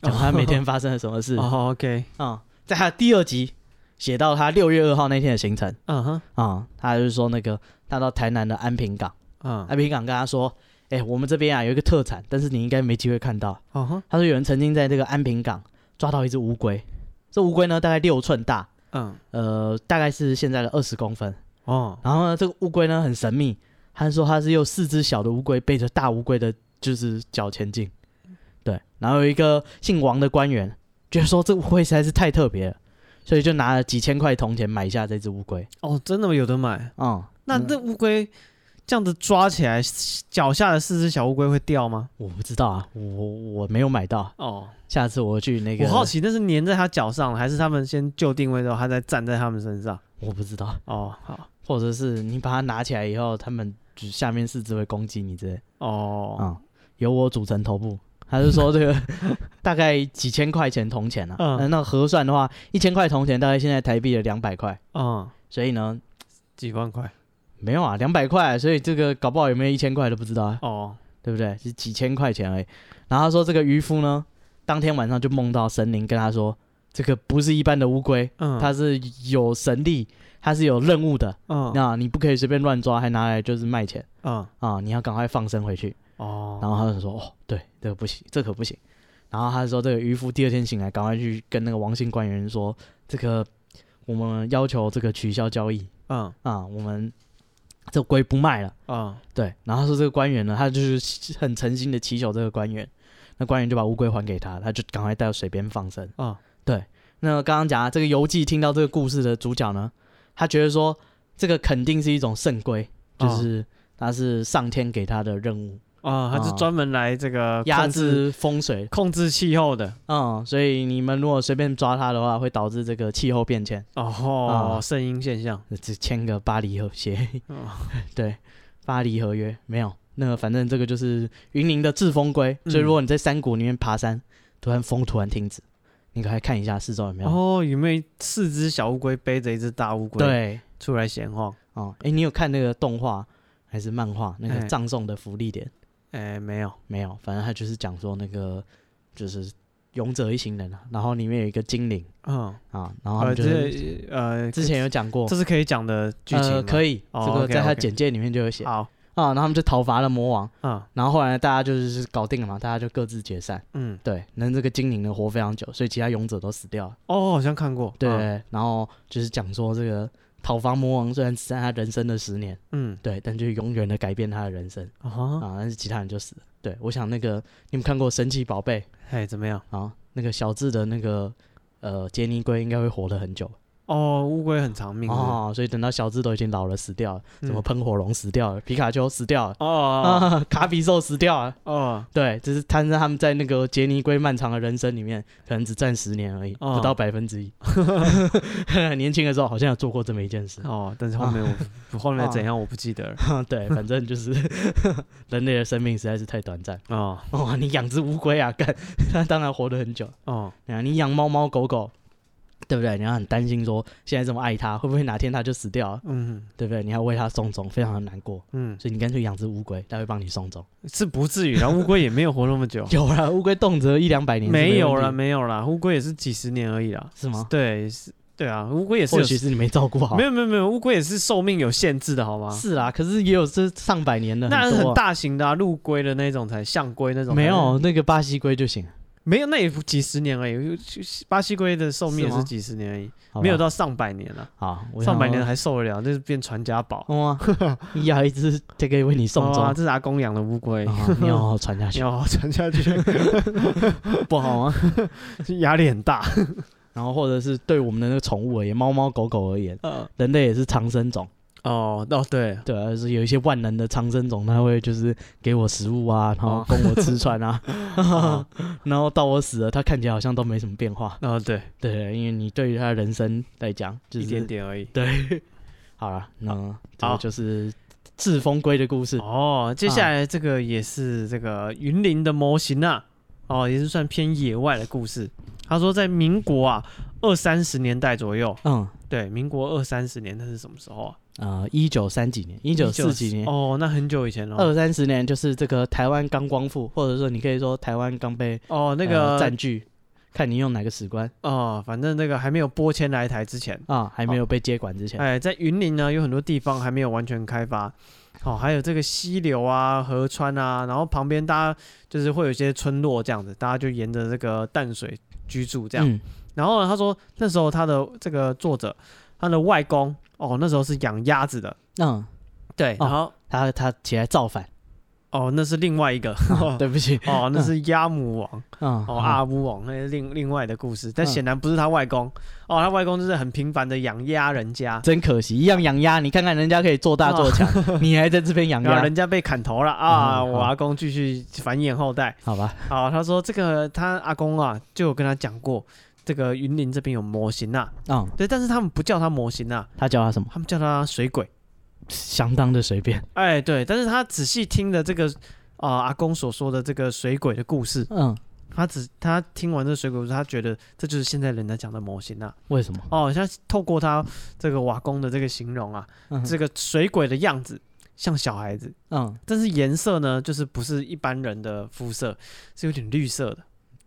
B: 讲他每天发生了什么事，啊、
A: 哦，OK，
B: 嗯，在他的第二集写到他六月二号那天的行程，
A: 嗯哼，
B: 啊、他就是说那个他到台南的安平港。
A: 嗯，
B: 安平港跟他说：“哎、我们这边啊有一个特产，但是你应该没机会看到。
A: 哦哼，”
B: 他说有人曾经在这个安平港抓到一只乌龟，这乌龟呢大概六寸大，
A: 嗯，
B: 呃，大概是现在的二十公分。
A: 哦，
B: 然后呢，这个乌龟呢很神秘，他说它是用四只小的乌龟背着大乌龟的，就是脚前进。对，然后有一个姓王的官员觉得说这乌龟实在是太特别了，所以就拿了几千块铜钱买下这只乌龟。
A: 哦，真的有的买。
B: 嗯，
A: 那
B: 嗯
A: 这乌龟这样子抓起来，脚下的四只小乌龟会掉吗？
B: 我不知道啊，我我没有买到，
A: 哦，
B: 下次我去那个。
A: 我好奇那是粘在它脚上了，还是他们先就定位之后，它再站在他们身上？
B: 我不知道，
A: 哦，好，
B: 或者是你把它拿起来以后，他们就下面四肢会攻击你之类啊、
A: 哦，
B: 嗯由我组成头部。他是说这 个大概几千块钱铜钱啊，
A: 嗯
B: 嗯、那核算的话，一千块铜钱大概现在台币的两百块，
A: 嗯，
B: 所以呢，
A: 几万块。
B: 没有啊，两百块，所以这个搞不好有没有一千块都不知道啊，
A: 哦，
B: 对不对？是几千块钱而已。然后他说这个渔夫呢，当天晚上就梦到神灵跟他说，这个不是一般的乌龟，
A: 嗯，
B: 它是有神力，它是有任务的，
A: 嗯
B: 那你不可以随便乱抓，还拿来就是卖钱
A: 嗯
B: 啊、你要赶快放生回去。然
A: 哦，
B: 后他就说，哦，对，这个不行，这可不行。然后他就说，这个渔夫第二天醒来，赶快去跟那个王姓官员说，这个我们要求这个取消交易
A: 嗯
B: 啊、我们这龟不卖了。
A: 嗯
B: 对，然后他说这个官员呢，他就是很诚心的祈求这个官员，那官员就把乌龟还给他，他就赶快带到水边放生。
A: 嗯
B: 那刚刚讲啊这个游记听到这个故事的主角呢，他觉得说这个肯定是一种圣龟，就
A: 哦
B: 是它是上天给他的任务，
A: 啊，它是
B: 啊
A: 专门来这个
B: 压
A: 控制
B: 制风水。
A: 控制气候的。
B: 嗯，所以你们如果随便抓它的话，会导致这个气候变迁，
A: 哦，
B: 啊
A: 声音现象。
B: 只签个巴黎和协议，
A: 哦
B: 对，巴黎合约没有。那个反正这个就是云林的制风龟，
A: 嗯
B: 所以如果你在山谷里面爬山，突然风突然停止，你赶快看
A: 哦
B: 一下四周有没有。
A: 哦，有没有四只小乌龟背着一只大乌龟
B: 对，
A: 出来闲晃？
B: 哦，哎，你有看那个动画还是漫画？那个
A: 哎
B: 葬送的福利点
A: 哎，没有，
B: 没有，反正他就是讲说那个就是勇者一行人啊，然后里面有一个精灵
A: 嗯，
B: 啊，然后他
A: 呃，
B: 们就是
A: 这呃，
B: 之前有讲过
A: 这是可以讲的剧情吗，
B: 呃，可
A: 以，
B: 以，
A: 哦
B: 这个
A: OK，
B: 在他
A: OK
B: 简介里面就有写啊，
A: 好，
B: 然后他们就讨伐了魔王，
A: 嗯
B: 然后后来大家就是搞定了嘛，大家就各自解散。
A: 嗯，
B: 对，那这个精灵呢活非常久，所以其他勇者都死掉了。
A: 哦，好像看过，
B: 对，
A: 嗯
B: 然后就是讲说这个讨伐魔王虽然只占他人生的十年，
A: 嗯，
B: 对，但就永远的改变他的人生
A: 啊哈，
B: 啊，但是其他人就死了。对，我想那个你们看过《神奇宝贝
A: 哎，怎么样？》
B: 啊，那个小智的那个呃杰尼龟应该会活得很久
A: 哦，乌龟很长命是不是
B: 哦，所以等到小智都已经老了死掉了，什么
A: 嗯
B: 喷火龙死掉了，皮卡丘死掉了。
A: 哦
B: 啊，卡比兽死掉了，
A: 哦
B: 对，这是摊在他们在那个杰尼龟漫长的人生里面，可能只占十年而已，
A: 哦
B: 不到百分之一。 年轻的时候好像有做过这么一件事，
A: 哦，但是后面
B: 啊
A: 我后面
B: 哦
A: 怎样我不记得了
B: 对，反正就是人类的生命实在是太短暂。
A: 哦
B: 哇，你养只乌龟啊，干， 它当然活得很久。
A: 哦
B: 啊，你养猫猫狗狗，对不对？你要很担心说现在这么爱它，会不会哪天它就死掉了，啊
A: 嗯
B: 对不对？你要为它送终，非常的难过。
A: 嗯，
B: 所以你干脆养只乌龟，它会帮你送终。，
A: 是不至于啦，乌龟也没有活那么久
B: 有了，乌龟动辄一两百年是
A: 没有
B: 问题
A: 啦，没有啦，乌龟也是几十年而已啦，
B: 是吗？
A: 对是，对啊，乌龟也是
B: 或
A: 有
B: 许是你没照顾好。啊
A: 没有没有没有，乌龟也是寿命有限制的好吗？
B: 是啊，可是也有这上百年的、
A: 那
B: 很多
A: 很
B: 啊。
A: 大型的啊，陆龟的那种才象龟那种才，
B: 没有那个巴西龟就行，
A: 没有，那也不几十年而已。巴西龟的寿命也
B: 是
A: 是
B: 吗
A: 几十年而已，
B: 好吧
A: 没有到上百年了、
B: 好我
A: 上百
B: 想
A: 年还受得了，那是变传家宝。
B: 哇，你养一只这个为你送终
A: 哦啊，这是阿公养的乌龟，
B: 啊你要好好传下去，
A: 要传下去，
B: 不好吗？
A: 压力很 大。
B: 然后或者是对我们的那个宠物而言，猫猫狗狗而言，
A: 呃，
B: 人类也是长生种，
A: 哦，哦，对，
B: 对啊，就是有一些万能的长生种，它会就是给我食物啊，然后
A: 哦
B: 供我吃 穿啊，
A: 哦，
B: 然后到我死了，它看起来好像都没什么变化，
A: 哦对，
B: 对，因为你对于它的人生来讲，就是
A: 一点点而已。
B: 对，好了，那这个
A: 好
B: 就是赤峰龟的故事。
A: 哦，接下来这个也是这个云林的模型啊，
B: 嗯
A: 哦，也是算偏野外的故事。他说，在民国啊二三十年代左右，
B: 嗯，
A: 对，民国二三十年，那是什么时候啊？
B: 呃，一九三几年，一九四几年，
A: 哦，那很久以前了。
B: 二三十年，就是这个台湾刚光复，或者说你可以说台湾刚被
A: 哦，那
B: 呃
A: 个
B: 占据，看你用哪个史观
A: 哦，反正那个还没有拨迁来台之前，
B: 啊，还没有被接管之前。
A: 哎，在云林呢有很多地方还没有完全开发，哦，还有这个溪流啊、河川啊，然后旁边大家就是会有一些村落这样子，大家就沿着这个淡水居住这样。
B: 嗯
A: 然后呢，他说那时候他的这个作者，他的外公哦，那时候是养鸭子的，
B: 嗯，
A: 对，然后
B: 他他起来造反，
A: 哦那是另外一个，
B: 对 不起，
A: 哦那是鸭母 王。
B: 嗯，
A: 哦，
B: 嗯
A: 阿乌王那是另另外的故事，但
B: 嗯
A: 显然不是他外公哦，他外公就是很频繁的养鸭人家，
B: 真可惜，一样养鸭，你看看人家可以做大做强， 你还在这边养
A: 哦然后
B: 鸭，
A: 人家被砍头了啊，
B: 嗯
A: 我
B: 好
A: 阿公继续繁衍后代。
B: 好吧？
A: 好，他说这个他阿公啊，就有跟他讲过，这个云林这边有模型呐、啊，
B: 嗯，
A: 对，但是他们不叫他模型呐、啊，
B: 他叫他什么？
A: 他们叫他水鬼。
B: 相当的随便。
A: 哎，对，但是他仔细听了这个啊、阿公所说的这个水鬼的故事，
B: 嗯，
A: 他只他听完这水鬼故事，他觉得这就是现在人家讲的模型呐、啊。
B: 为什么？
A: 哦，像透过他这个瓦工的这个形容啊，
B: 嗯
A: 这个水鬼的样子像小孩子，
B: 嗯，
A: 但是颜色呢，就是不是一般人的肤色，是有点绿色的，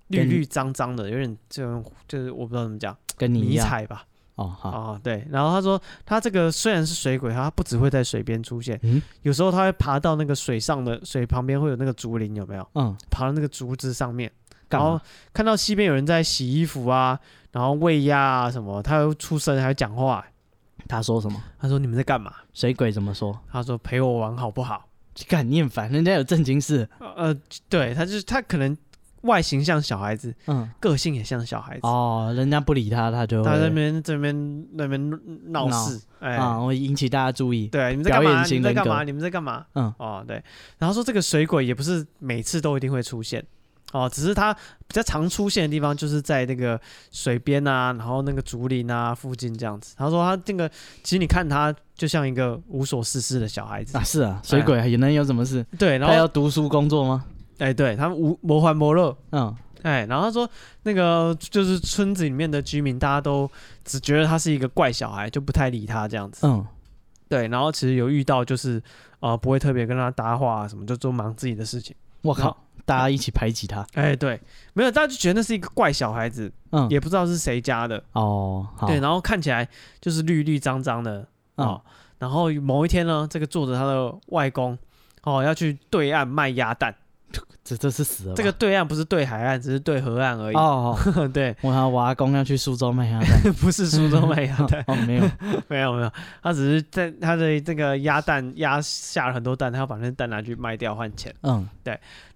A: 绿
B: 跟
A: 绿脏脏的，有点这种就是我不知道怎么讲，
B: 跟你一
A: 迷
B: 样
A: 彩吧。
B: 哦，好，
A: 哦，对。然后他说，他这个虽然是水鬼，他不只会在水边出现，
B: 嗯
A: 有时候他会爬到那个水上的水旁边会有那个竹林，有没有？
B: 嗯，
A: 爬到那个竹枝上面，
B: 干
A: 然后
B: 嘛？
A: 看到西边有人在洗衣服啊，然后喂鸭啊什么，他会出声还会讲话。
B: 他说什么？
A: 他说你们在干嘛？
B: 水鬼怎么说？
A: 他说陪我玩好不好？
B: 干你很烦，人家有正经事。
A: 呃，对，他就是他可能外形像小孩子，
B: 嗯，
A: 个性也像小孩子，
B: 哦，人家不理他，他就会
A: 他在那边这边那边闹事，哎、
B: 啊，会引起大家注意。
A: 对，你们在干嘛？
B: 表演
A: 你
B: 型
A: 们在
B: 人格
A: 干嘛？你们在干嘛？
B: 嗯，
A: 哦，对，然后说这个水鬼也不是每次都一定会出现。哦，只是它比较常出现的地方就是在那个水边啊，然后那个竹林啊附近这样子。他说他这个，其实你看他就像一个无所事事的小孩子，
B: 啊，是啊，水鬼也能有什么事？
A: 对，哎然
B: 他要
A: 后
B: 读书工作吗？
A: 哎，对他们无无欢无乐，
B: 嗯，
A: 哎，然后他说那个就是村子里面的居民，大家都只觉得他是一个怪小孩，就不太理他这样子。
B: 嗯，
A: 对，然后其实有遇到就是啊、呃不会特别跟他搭话、啊、什么，就都忙自己的事情。
B: 我靠，大家一起排挤他，
A: 哎，对，没有，大家就觉得那是一个怪小孩子，
B: 嗯，
A: 也不知道是谁家的，
B: 哦，好，
A: 对，然后看起来就是绿绿脏脏的啊、
B: 嗯
A: 哦然后某一天呢，这个作者他的外公哦要去对岸卖鸭蛋，
B: 这这是死了吧，
A: 这个对岸不是对海岸，只是对河岸而已。
B: 哦，哦
A: 对，
B: 我还我阿公要去苏州卖鸭蛋，
A: 不是苏州卖 鸭蛋，
B: 哦，没 有，
A: 没有没有，他只是在他的这个鸭蛋鸭下了很多蛋，他要把那蛋拿去卖掉换钱。
B: 嗯，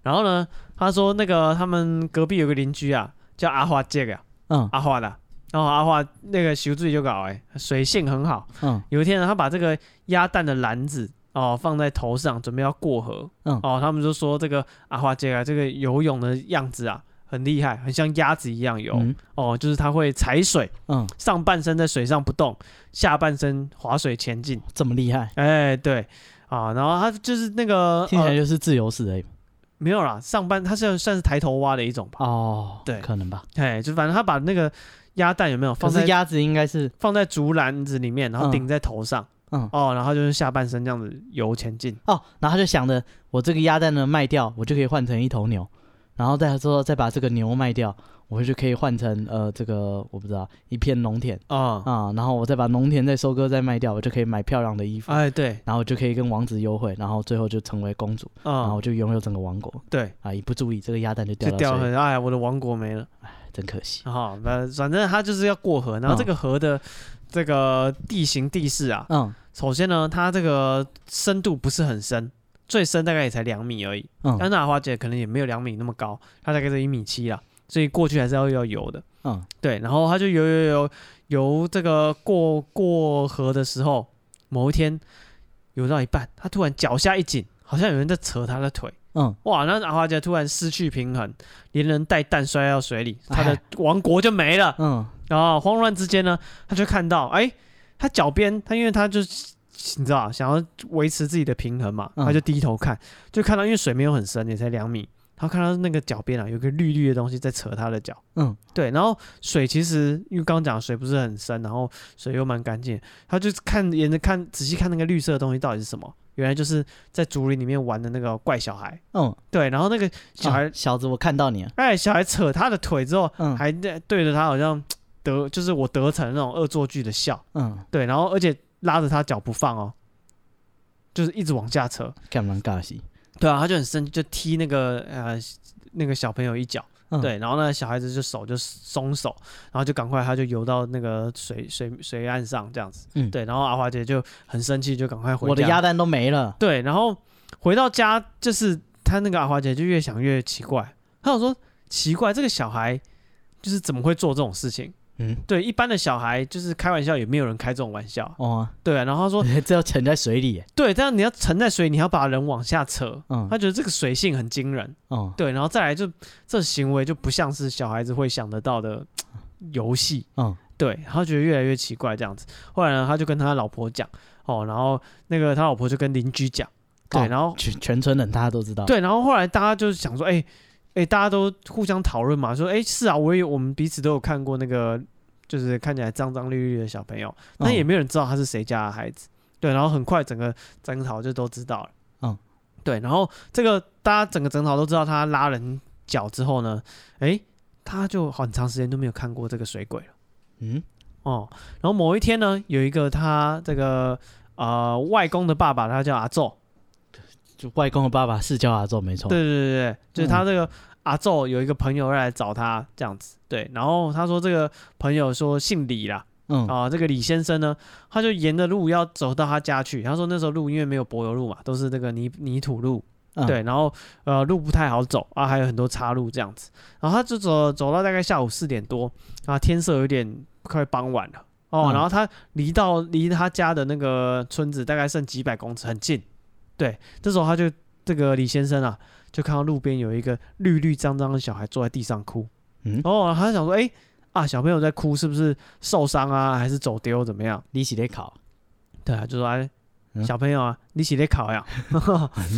A: 然后呢，他说那个他们隔壁有个邻居啊，叫阿花借个
B: 嗯
A: 阿花的啊，然后阿花那个修自己就搞哎、水性很好。
B: 嗯
A: 有一天呢，他把这个鸭蛋的篮子哦放在头上，准备要过河。
B: 嗯
A: 哦，他们就说这个阿花姐啊，这个游泳的样子啊，很厉害，很像鸭子一样游。
B: 嗯
A: 哦，就是它会踩水，
B: 嗯，
A: 上半身在水上不动，下半身划水前进。
B: 这么厉害，
A: 哎，对。啊，然后他就是那个
B: 听起来
A: 呃
B: 就是自由式欸而已，
A: 没有啦，上半他是算是抬头蛙的一种吧，
B: 哦，
A: 对
B: 可能吧，
A: 哎，就反正他把那个鸭蛋有没有
B: 可
A: 放在
B: 是鸭子应该是，
A: 放在竹篮子里面，然后
B: 嗯
A: 顶在头上，
B: 嗯，
A: 哦，然后就是下半身这样子游前进，
B: 哦，然后他就想着我这个鸭蛋呢卖掉，我就可以换成一头牛，然后再之后再把这个牛卖掉，我就可以换成呃这个我不知道一片农田
A: 啊、
B: 啊、然后我再把农田再收割再卖掉，我就可以买漂亮的衣服，
A: 哎，对，
B: 然后我就可以跟王子幽会，然后最后就成为公主，然后
A: 啊、
B: 我就拥有整个王国
A: 对，
B: 啊！一不注意这个鸭蛋就掉
A: 就
B: 到
A: 掉
B: 水里，
A: 很哎，我的王国没了，
B: 真可惜。
A: 哈、那反正他就是要过河，然后这个河的这个地形地势啊，
B: 嗯
A: 首先呢，它这个深度不是很深，最深大概也才两米而已，
B: 嗯
A: 但那花姐可能也没有两米那么高，它大概是一米七啦，所以过去还是要要游的，
B: 嗯
A: 对，然后他就游游游游这个过过河的时候，某一天游到一半，他突然脚下一紧，好像有人在扯他的腿。
B: 嗯，
A: 哇！那阿华姐突然失去平衡，连人带蛋摔到水里，他的
B: 哎
A: 王国就没了。
B: 嗯
A: 然后慌乱之间呢，他就看到，哎、他脚边，他因为他就是你知道，想要维持自己的平衡嘛，
B: 嗯
A: 他就低头看，就看到因为水没有很深，也才两米，他看到那个脚边啊有个绿绿的东西在扯他的脚。
B: 嗯，
A: 对，然后水其实因为刚刚讲水不是很深，然后水又蛮干净，他就看沿着看仔细看那个绿色的东西到底是什么，原来就是在竹林里面玩的那个怪小孩。
B: 嗯，
A: 对，然后那个小孩，
B: 啊小子，我看到你了。
A: 哎，小孩扯他的腿之后，
B: 嗯
A: 还在对着他好像得就是我得逞那种恶作剧的笑，
B: 嗯，
A: 对，然后而且拉着他脚不放哦，就是一直往下扯，
B: 干嘛尬戏？
A: 对啊，他就很生气，就踢那个呃那个小朋友一脚，
B: 嗯
A: 对，然后那小孩子就手就松手，然后就赶快他就游到那个水水水岸上这样子，
B: 嗯
A: 对，然后阿华姐就很生气，就赶快回家，
B: 我的鸭蛋都没了。
A: 对，然后回到家，就是他那个阿华姐就越想越奇怪，她想说奇怪，这个小孩就是怎么会做这种事情？
B: 嗯，
A: 对，一般的小孩就是开玩笑，也没有人开这种玩笑。
B: 哦，
A: 对、啊，然后她说，
B: 这要沉在水里耶。
A: 对，但你要沉在水里，你要把人往下扯。
B: 嗯
A: 她觉得这个水性很惊人，
B: 哦
A: 对，然后再来就这行为就不像是小孩子会想得到的游戏，
B: 嗯
A: 对，他觉得越来越奇怪这样子。后来呢，他就跟他老婆讲，哦，然后那个他老婆就跟邻居讲，对，
B: 哦
A: 然后
B: 全全村人大家都知道。，
A: 对，然后后来大家就想说，哎、哎、大家都互相讨论嘛，说，哎、是啊，我也我们彼此都有看过那个，就是看起来脏脏绿绿的小朋友，
B: 哦
A: 但
B: 嗯
A: 也没有人知道他是谁家的孩子。对，然后很快整个整讨就都知道了。
B: 嗯，
A: 对，然后这个大家整个整讨都知道他拉人脚之后呢，哎、他就很长时间都没有看过这个水鬼了。
B: 嗯
A: 哦，然后某一天呢，有一个他这个呃外公的爸爸，他叫阿昼，
B: 就外公的爸爸是叫阿昼没错。
A: 对，对对对，就是他这个阿昼有一个朋友要来找他这样子，对，然后他说这个朋友说姓李啦，
B: 嗯
A: 啊，这个李先生呢，他就沿着路要走到他家去，他说那时候路因为没有柏油路嘛，都是这个泥泥土路，
B: 嗯
A: 对，然后呃路不太好走啊，还有很多岔路这样子，然后他就走走到大概下午四点多啊，天色有点快傍晚了。哦，
B: 嗯
A: 然后他离到离他家的那个村子大概剩几百公尺，很近。对，这时候他就这个李先生啊，就看到路边有一个绿绿脏脏的小孩坐在地上哭。
B: 嗯
A: 哦，他想说，哎、啊，小朋友在哭，是不是受伤啊，还是走丢怎么样？
B: 你是在考
A: 对啊，就说哎，
B: 嗯
A: 小朋友啊，你起来考呀？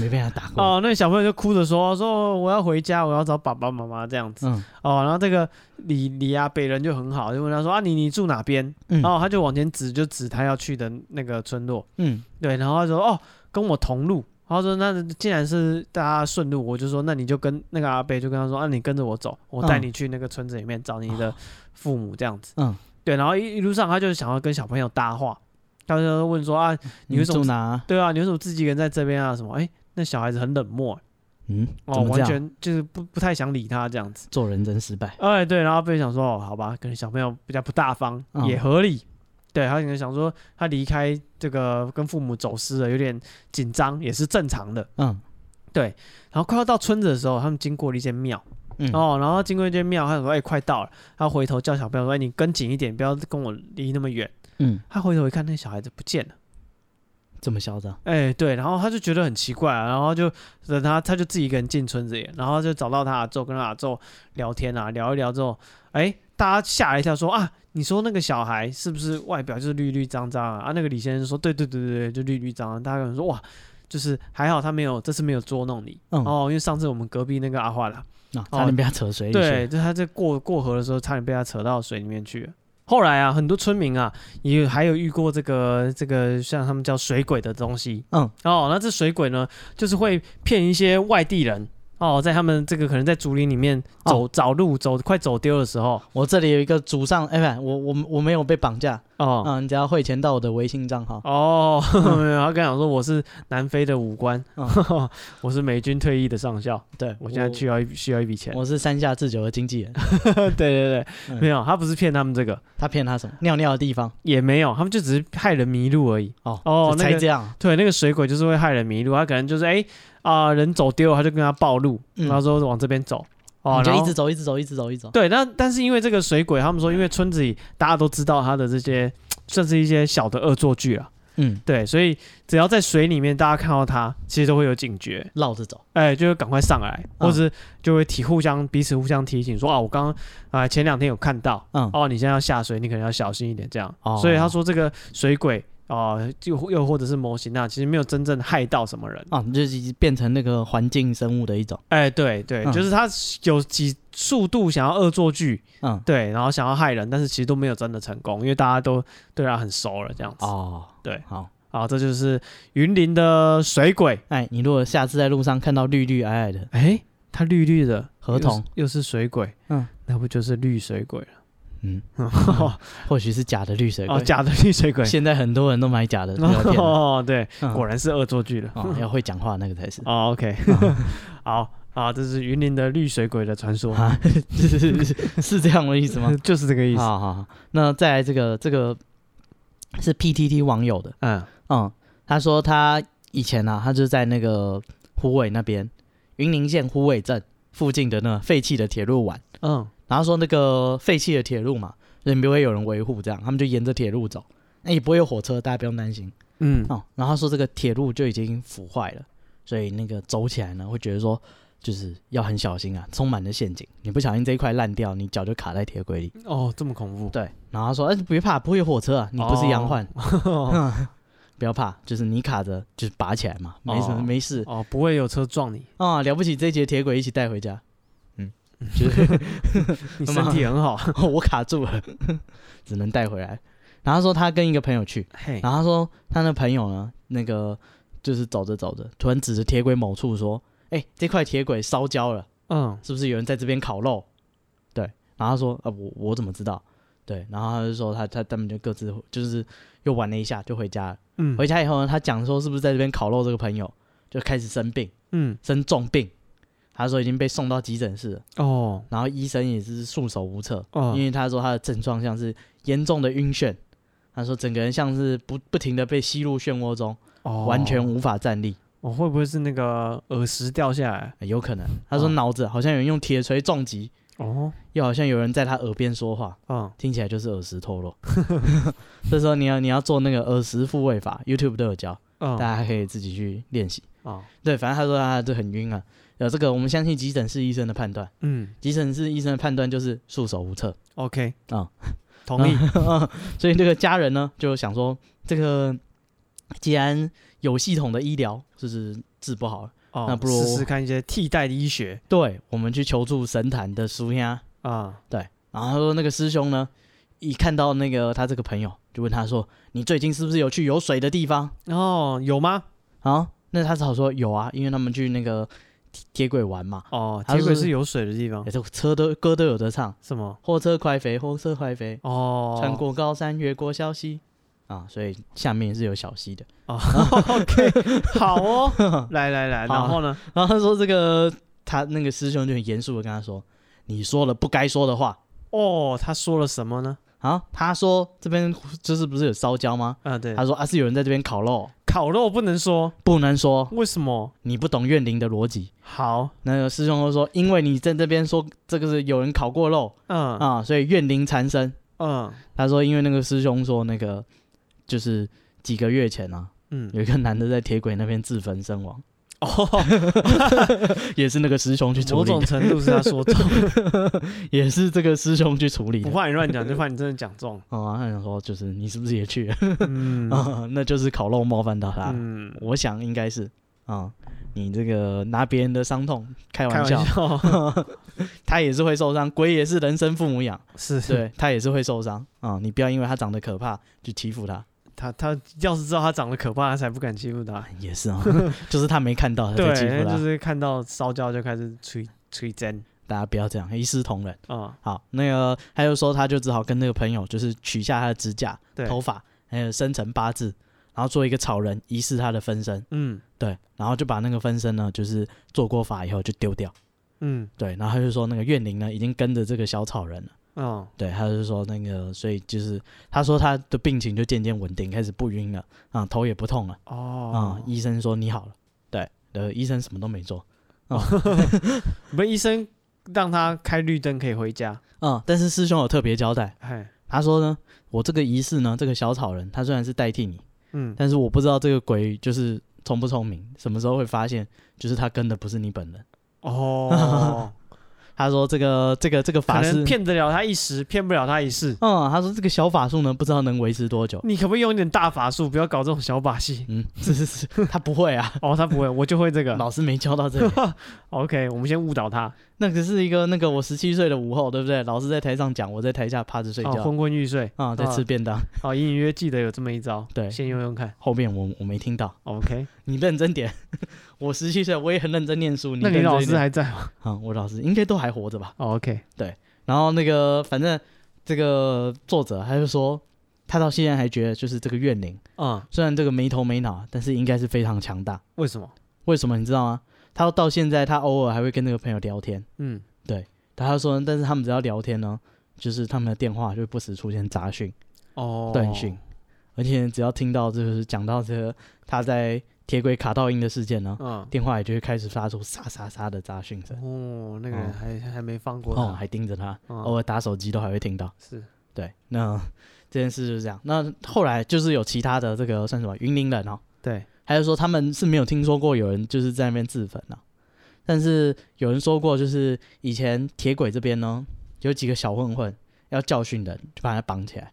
B: 没被他打过。
A: 哦，那小朋友就哭着说说我要回家，我要找爸爸妈妈这样子。
B: 嗯
A: 哦，然后这个李李啊北人就很好，就问他说啊你你住哪边？
B: 嗯
A: 然后他就往前指，就指他要去的那个村落。
B: 嗯
A: 对，然后他说哦跟我同路。他说：“那既然是大家顺路，我就说，那你就跟那个阿北就跟他说，啊，你跟着我走，我带
B: 嗯哦
A: 你去那个村子里面找你的父母这样子。
B: 嗯，
A: 对，然后一一路上他就想要跟小朋友搭话，他就问说啊，你为什么
B: 住哪？
A: 对啊，你为什么自己一个人在这边啊？什么？哎、那小孩子很冷漠、
B: 嗯，
A: 哦，
B: 怎么这
A: 完
B: 样
A: 全就是不不太想理他这样子。
B: 做人真失败。
A: 哎、对，然后被想说哦，好吧，可能小朋友比较不大方，
B: 嗯
A: 也合理。对他可能想说，他离开这个跟父母走失了，有点紧张，也是正常的。
B: 嗯
A: 然后快要到村子的时候，他们经过了一间庙，
B: 嗯
A: 哦，然后经过一间庙，他说：“哎、快到了。”他回头叫小朋友说：“哎、你跟紧一点，不要跟我离那么远。
B: 嗯”，
A: 他回头一看，那小孩子不见了。
B: 这么嚣张。
A: 哎、对，然后他就觉得很奇怪、啊，然后就等他，他就自己一个人进村子里，然后就找到他阿宙，跟他阿宙聊天啊，聊一聊之后，哎、大家吓了一跳说，啊，你说那个小孩是不是外表就是绿绿脏脏啊？啊，那个李先生说，对对对对对，就绿绿脏脏。大家可能说，哇，就是还好他没有，这次没有捉弄你、
B: 嗯
A: 哦，因为上次我们隔壁那个阿华啦，
B: 那、差点被他扯水里去。
A: 对，就他在过过河的时候，差点被他扯到水里面去了。后来啊，很多村民啊，也有还有遇过这个这个像他们叫水鬼的东西。
B: 嗯，
A: 哦，那这水鬼呢，就是会骗一些外地人哦，在他们这个可能在竹林里面
B: 哦
A: 走、找路走快走丢的时候
B: 我这里有一个祖上，哎、不，我我我没有被绑架，
A: 哦。
B: 嗯，你只要汇钱到我的微信账号，
A: 哦，没有，他跟我讲说我是南非的武官，
B: 嗯
A: 我是美军退役的上校，
B: 对
A: 我现在需要一需要一笔钱。
B: 我是山下智久的经纪人，
A: 对对对，
B: 哦嗯
A: 没有，他不是骗他们这个，
B: 他骗他什么？尿尿的地方
A: 也没有，他们就只是害人迷路而已。
B: 哦
A: 哦
B: 这才
A: 那个
B: 这样，
A: 对，那个水鬼就是会害人迷路，他可能就是哎啊、人走丢了，他就跟他暴露，
B: 嗯
A: 然后说往这边走哦，
B: 你就
A: 然
B: 一
A: 后
B: 直走，一直走，一直走，一直走，
A: 对，那但是因为这个水鬼，他们说因为村子里大家都知道他的这些，算是一些小的恶作剧啊，
B: 嗯，
A: 对，所以只要在水里面大家看到他，其实都会有警觉，
B: 绕着走，
A: 哎，就会赶快上来，或
B: 嗯
A: 者是就会提互相彼此互相提醒说啊，我刚刚啊、前两天有看到，
B: 嗯，
A: 哦，你现在要下水，你可能要小心一点，这样。
B: 哦
A: 所以他说这个水鬼啊，就、又或者是模型啊，其实没有真正害到什么人。
B: 啊，就是变成那个环境生物的一种，
A: 哎，对对，
B: 嗯
A: 就是他有几速度想要恶作剧，
B: 嗯，
A: 对，然后想要害人，但是其实都没有真的成功，因为大家都对他很熟了，这样子。
B: 哦，
A: 对
B: 好，
A: 啊，这就是云林的水鬼。
B: 哎，你如果下次在路上看到绿绿矮矮的，
A: 哎，他绿绿的
B: 合同
A: 又是又是水鬼，
B: 嗯，
A: 那不就是绿水鬼 了？
B: 嗯，
A: 哦，
B: 或许是假的绿水鬼，
A: 假的绿水鬼。
B: 现在很多人都买假的聊天 了，
A: 哦，对，
B: 嗯
A: 果然是恶作剧了。
B: 哦，嗯要会讲话那个才是。
A: 哦，OK，好 啊，这是云林的绿水鬼的传说，嗯
B: 啊， 是是是是这样的意思吗？
A: 就是这个意思。
B: 好好好，那再来这个这个是 PTT 网友的，
A: 嗯，
B: 嗯，他说他以前啊，他就在那个虎尾那边，云林县虎尾镇附近的那废弃的铁路玩，
A: 嗯，
B: 然后说那个废弃的铁路嘛，人不会有人维护，这样他们就沿着铁路走，那也不会有火车，大家不用担心
A: 嗯，
B: 哦。然后他说这个铁路就已经腐坏了，所以那个走起来呢，会觉得说。就是要很小心啊，充满了陷阱。你不小心这一块烂掉，你脚就卡在铁轨里。
A: 哦，这么恐怖，
B: 对，然后他说：“哎、别怕，不会有火车啊，你不是洋浣，
A: 哦
B: 不要怕，就是你卡着，就是拔起来嘛，没什么，
A: 哦
B: 没事
A: 哦，不会有车撞 你，
B: 啊、了不起，这一节铁轨一起带回家。”嗯，就是
A: 你身体很好，
B: 哦 我卡住了，只能带回来。然后他说他跟一个朋友去，
A: 嘿，
B: 然后他说他那朋友呢，那个就是走着走着，突然指着铁轨某处说：“哎、这块铁轨烧焦了。”
A: 嗯，
B: 是不是有人在这边烤肉？对，然后他说，啊，我我怎么知道？对，然后他就说他他他们就各自就是又玩了一下就回家了。
A: 嗯，
B: 回家以后呢，他讲说是不是在这边烤肉？这个朋友就开始生病，
A: 嗯，
B: 生重病，他说已经被送到急诊室了，
A: 哦，
B: 然后医生也是束手无策，
A: 哦
B: 因，为他说他的症状像是严重的晕眩，他说整个人像是不不停的被吸入漩涡中，
A: 哦
B: 完全，无法站立。哎
A: 我会不会是那个耳石掉下来？
B: 有可能，他说
A: 哦
B: 脑子好像有人用铁锤撞击，
A: 哦，
B: 又好像有人在他耳边说话，
A: 嗯，
B: 听起来就是耳石脱落。 这时候你要你要做那个耳石复位法，YouTube 都有教，
A: 嗯，
B: 大家可以自己去练习。
A: 哦，
B: 对，反正他说他就很晕啊。有这个，我们相信急诊室医生的判断。
A: 嗯
B: 急诊室医生的判断就是束手无策，
A: ，OK，
B: 啊，
A: 同意，
B: 所以这个家人呢就想说，这个既然有系统的医疗就是治不好了，
A: 哦，
B: 那不如
A: 试试看一些替代的医学
B: 对我们去求助神坛的叔兄。
A: 啊，
B: 然后他说那个师兄呢，一看到那个他这个朋友，就问他说：“你最近是不是有去有水的地方
A: 然后哦有吗？？”
B: 啊，那他只好说有啊，因为他们去那个铁铁轨玩嘛，
A: 哦，
B: 他
A: 铁轨
B: 是
A: 是有水的地方
B: 也，是车都歌都有得唱，
A: 什么？
B: 货车快飞，货车快飞，
A: 哦，
B: 穿过高山，越过小溪。啊，所以下面是有小溪的。
A: 哦 ，OK，好哦，来来来，
B: 好
A: 然后呢？
B: 然后他说这个他那个师兄就很严肃的跟他说：“你说了不该说的话
A: 哦，他说了什么呢？
B: 啊！”他说这边就是不是有烧焦吗？
A: 啊，对，
B: 他说啊是有人在这边烤肉，
A: 烤肉不能说，
B: 不能说，
A: 为什么？
B: 你不懂怨灵的逻辑。
A: 好，
B: 那个师兄就说，因为你在这边说这个是有人烤过肉
A: 嗯
B: 啊，所以怨灵缠身。
A: 嗯
B: 他说，因为那个师兄说那个就是几个月前啊，
A: 嗯，
B: 有一个男的在铁轨那边自焚身亡，
A: 哦，
B: 也是那个师兄去处
A: 某
B: 理
A: 种
B: 的，
A: 程度是他说 中，
B: 也是这个师兄去处理
A: 不
B: 的。
A: 怕你乱讲， 就怕你真的讲中。
B: 啊，他想说就是你是不是也去了？
A: 嗯
B: 啊 那就是烤肉冒犯到他，
A: 嗯，
B: 我想应该是啊。你这个拿别人的伤痛开
A: 开
B: 玩
A: 玩
B: 笑，
A: 笑，
B: 他也是会受伤，鬼也是人生父母 养，
A: 是
B: 对他也是会受伤啊、你不要因为他长得可怕就欺 负他，
A: 他他要是知道他长得可怕，他才不敢欺负他。
B: 也是啊、就是他没看到 他
A: 哦对
B: 才欺负，他，
A: 就是看到烧焦就开始吹吹针
B: 大家不要这样，一视同仁。
A: 啊，
B: 好，那个他就说他就只好跟那个朋友就是取下他的指甲、
A: 对，
B: 头发，还有生辰八字，然后做一个草人仪式他的分身，
A: 嗯
B: 对，然后就把那个分身呢就是做过法以后就丢掉，
A: 嗯
B: 对，然后他就说那个怨灵呢已经跟着这个小草人了。
A: 哦
B: 对，他就说那个，所以就是他说他的病情就渐渐稳定，开始不晕了，啊、头也不痛了，啊、
A: 哦，
B: 医生说你好了，对，呃，医生什么都没做，
A: 不是医生让他开绿灯可以回家，
B: 嗯，但是师兄有特别交代，
A: 哎，
B: 他说呢，我这个仪式呢，这个小草人他虽然是代替你，
A: 嗯
B: 但是我不知道这个鬼就是聪不聪明，什么时候会发现，就是他跟的不是你本人。
A: 哦，
B: 他说这个这个这个
A: 可
B: 法
A: 能
B: 师，
A: 骗得了他一时，骗不了他一世。
B: 嗯，他说这个小法术呢，不知道能维持多久。
A: 你可不可以用一点大法术，不要搞这种小把戏？
B: 嗯， 是是是，他不会啊，
A: 哦，他不会，我就会这个。
B: 老师没教到 这里。
A: OK，我们先误导他，
B: 那个是一个那个我十七岁的午后，对不对？老师在台上讲，我在台下趴着睡
A: 哦，
B: 觉
A: 昏昏欲睡。
B: 啊、在吃便当。
A: 哦，隐隐约记得有这么一招，
B: 对
A: 先用用看。
B: 后面我我没听到，
A: OK，
B: 你认真点。 我十七岁，我也很认真念书。
A: 那你
B: 认真
A: 老
B: 一
A: 师
B: 点
A: 还在吗、
B: 啊、我老师应该都还活着吧？
A: 哦、？OK，
B: 然后那个反正这个作者他就说，他到现在还觉得就是这个怨灵，
A: 嗯，
B: 虽然这个没头没脑，但是应该是非常强大。
A: 为什么？
B: 为什么你知道吗？他到现在他偶尔还会跟那个朋友聊天，
A: 嗯，
B: 他说，但是他们只要聊天呢，就是他们的电话就会不时出现杂讯。
A: 哦，
B: 断讯，而且只要听到就是讲到这个他在铁轨卡到音的事件呢，
A: 嗯，
B: 电话也就会开始发出沙沙沙的杂讯声，
A: 哦，那个人
B: 哦
A: 还、还没放过他，
B: 哦，还盯着他，
A: 嗯
B: 偶尔打手机都还会听到。
A: 是，
B: 对，那这件事就是这样。那后来就是有其他的这个算什么云林人哦，
A: 对，
B: 还是说他们是没有听说过有人就是在那边自焚啊，但是有人说过，就是以前铁轨这边呢有几个小混混要教训人，就把他绑起来，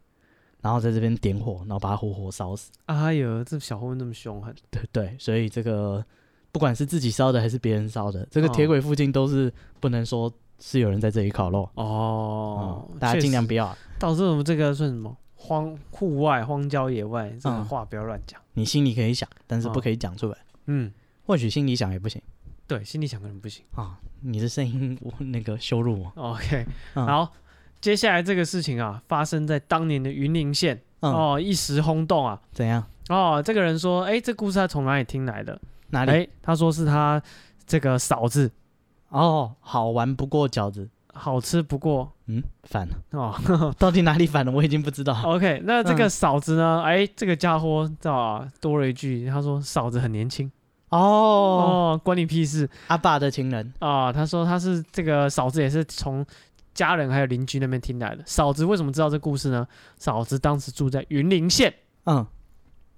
B: 然后在这边点火，然后把他活活烧死。
A: 哎呦，这小混混那么凶狠，
B: 对对，所以这个不管是自己烧的还是别人烧的，这个
A: 哦
B: 铁轨附近都是不能说是有人在这里烤肉
A: 哦，
B: 嗯大家
A: 确
B: 尽量
A: 实
B: 不要啊，
A: 到时候我们这个算什么荒户外、荒郊野外，这种
B: 嗯
A: 话不要乱讲。
B: 你心里可以想，但是不
A: 哦
B: 可以讲出来。
A: 嗯，
B: 或许心里想也不行
A: 对，心里想可能不行。
B: 啊，你的声音我那个羞辱我。
A: OK，、
B: 嗯
A: 好，接下来这个事情啊，发生在当年的云林县、
B: 嗯，
A: 哦，一时轰动啊。
B: 怎样？
A: 哦，这个人说，哎，这故事他从哪里听来的？
B: 哪里？
A: 哎，他说是他这个嫂子
B: 哦，好玩不过饺子。
A: 好吃不过
B: 嗯，反了，
A: 哦。
B: 到底哪里反了？我已经不知道。
A: OK，那这个
B: 嗯
A: 嫂子呢？哎，这个家伙知道啊，多了一句，他说嫂子很年轻
B: 哦，
A: 哦，关你屁事
B: 阿爸的情人
A: 啊、他说他是这个嫂子也是从家人还有邻居那边听来的。嫂子为什么知道这故事呢？嫂子当时住在云林县，
B: 嗯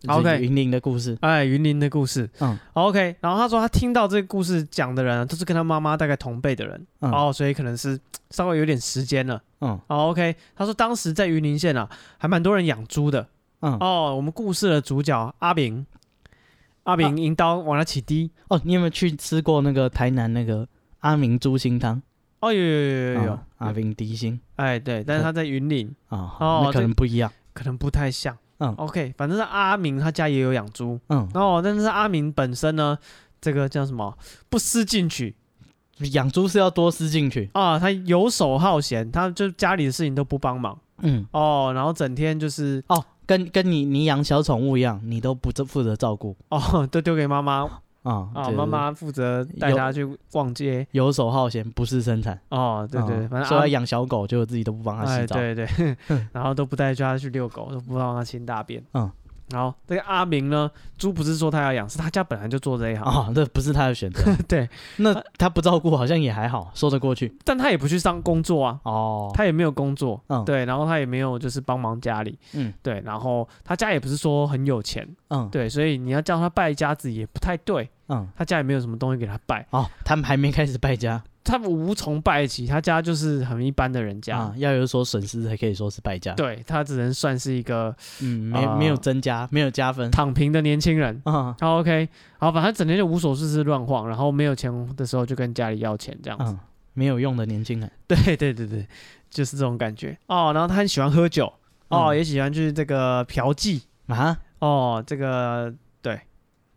A: OK
B: 就是云林的故事。
A: 哎，云林的故事。
B: 嗯
A: OK，然后他说他听到这个故事讲的人、啊、都是跟他妈妈大概同辈的人，
B: 嗯
A: 哦，所以可能是稍微有点时间了。
B: 嗯
A: 哦，OK，他说当时在云林县啊，还蛮多人养猪的。
B: 嗯，
A: 哦，我们故事的主角阿炳，阿
B: 啊
A: 炳银刀往他起滴。
B: 哦，你有没有去吃过那个台南那个阿明猪心汤？
A: 哦，有有有有有
B: 啊，阿明低心
A: 哎对，但是他在云岭，
B: 啊，
A: 哦
B: 那可能不一样。
A: 可能不太像。
B: 嗯
A: ，OK，反正是阿明他家也有养猪，
B: 嗯，
A: 然后但是阿明本身呢，这个叫什么不思进取
B: 养猪是要多思进去。
A: 啊，他游手好闲，他就家里的事情都不帮忙
B: 嗯，
A: 哦，然后整天就是
B: 哦，跟跟你你养小宠物一样，你都不责负责照顾
A: 哦 都丢给妈妈
B: 啊
A: 啊，
B: 就是
A: 妈妈负责带
B: 有
A: 他去逛街
B: 游手好闲，不是生产。
A: 哦，对对，
B: 啊
A: 反正
B: 所以
A: 阿
B: 他养小狗，就自己都不帮它
A: 哎，
B: 洗澡。
A: 对对， 然后都不带他去遛狗，都不让他清大便。
B: 嗯，
A: 然后这个阿明呢，猪不是说他要养，是他家本来就做这一行，
B: 啊，这不是他的选择。
A: 对，
B: 那他不照顾好像也还好，说得过去。
A: 但他也不去上工作啊，
B: 哦，
A: 他也没有工作，
B: 嗯
A: 对，然后他也没有就是帮忙家里，
B: 嗯
A: 对，然后他家也不是说很有钱，
B: 嗯
A: 对，所以你要叫他败家子也不太对，
B: 嗯，
A: 他家也没有什么东西给他败，
B: 哦，他们还没开始败家
A: 他无从败起，他家就是很一般的人家，
B: 啊，要有所损失才可以说是败家。，
A: 对他只能算是一个
B: 嗯，没
A: 啊
B: 没有增加，没有加分。
A: 躺平的年轻人，
B: 啊
A: 好 OK，好，反正整天就无所事事乱晃，然后没有钱的时候就跟家里要钱这样子。
B: 嗯，没有用的年轻人。
A: 对对对对，就是这种感觉哦。然后他很喜欢喝酒哦，
B: 嗯
A: 也喜欢去这个嫖妓
B: 啊，
A: 哦，这个对，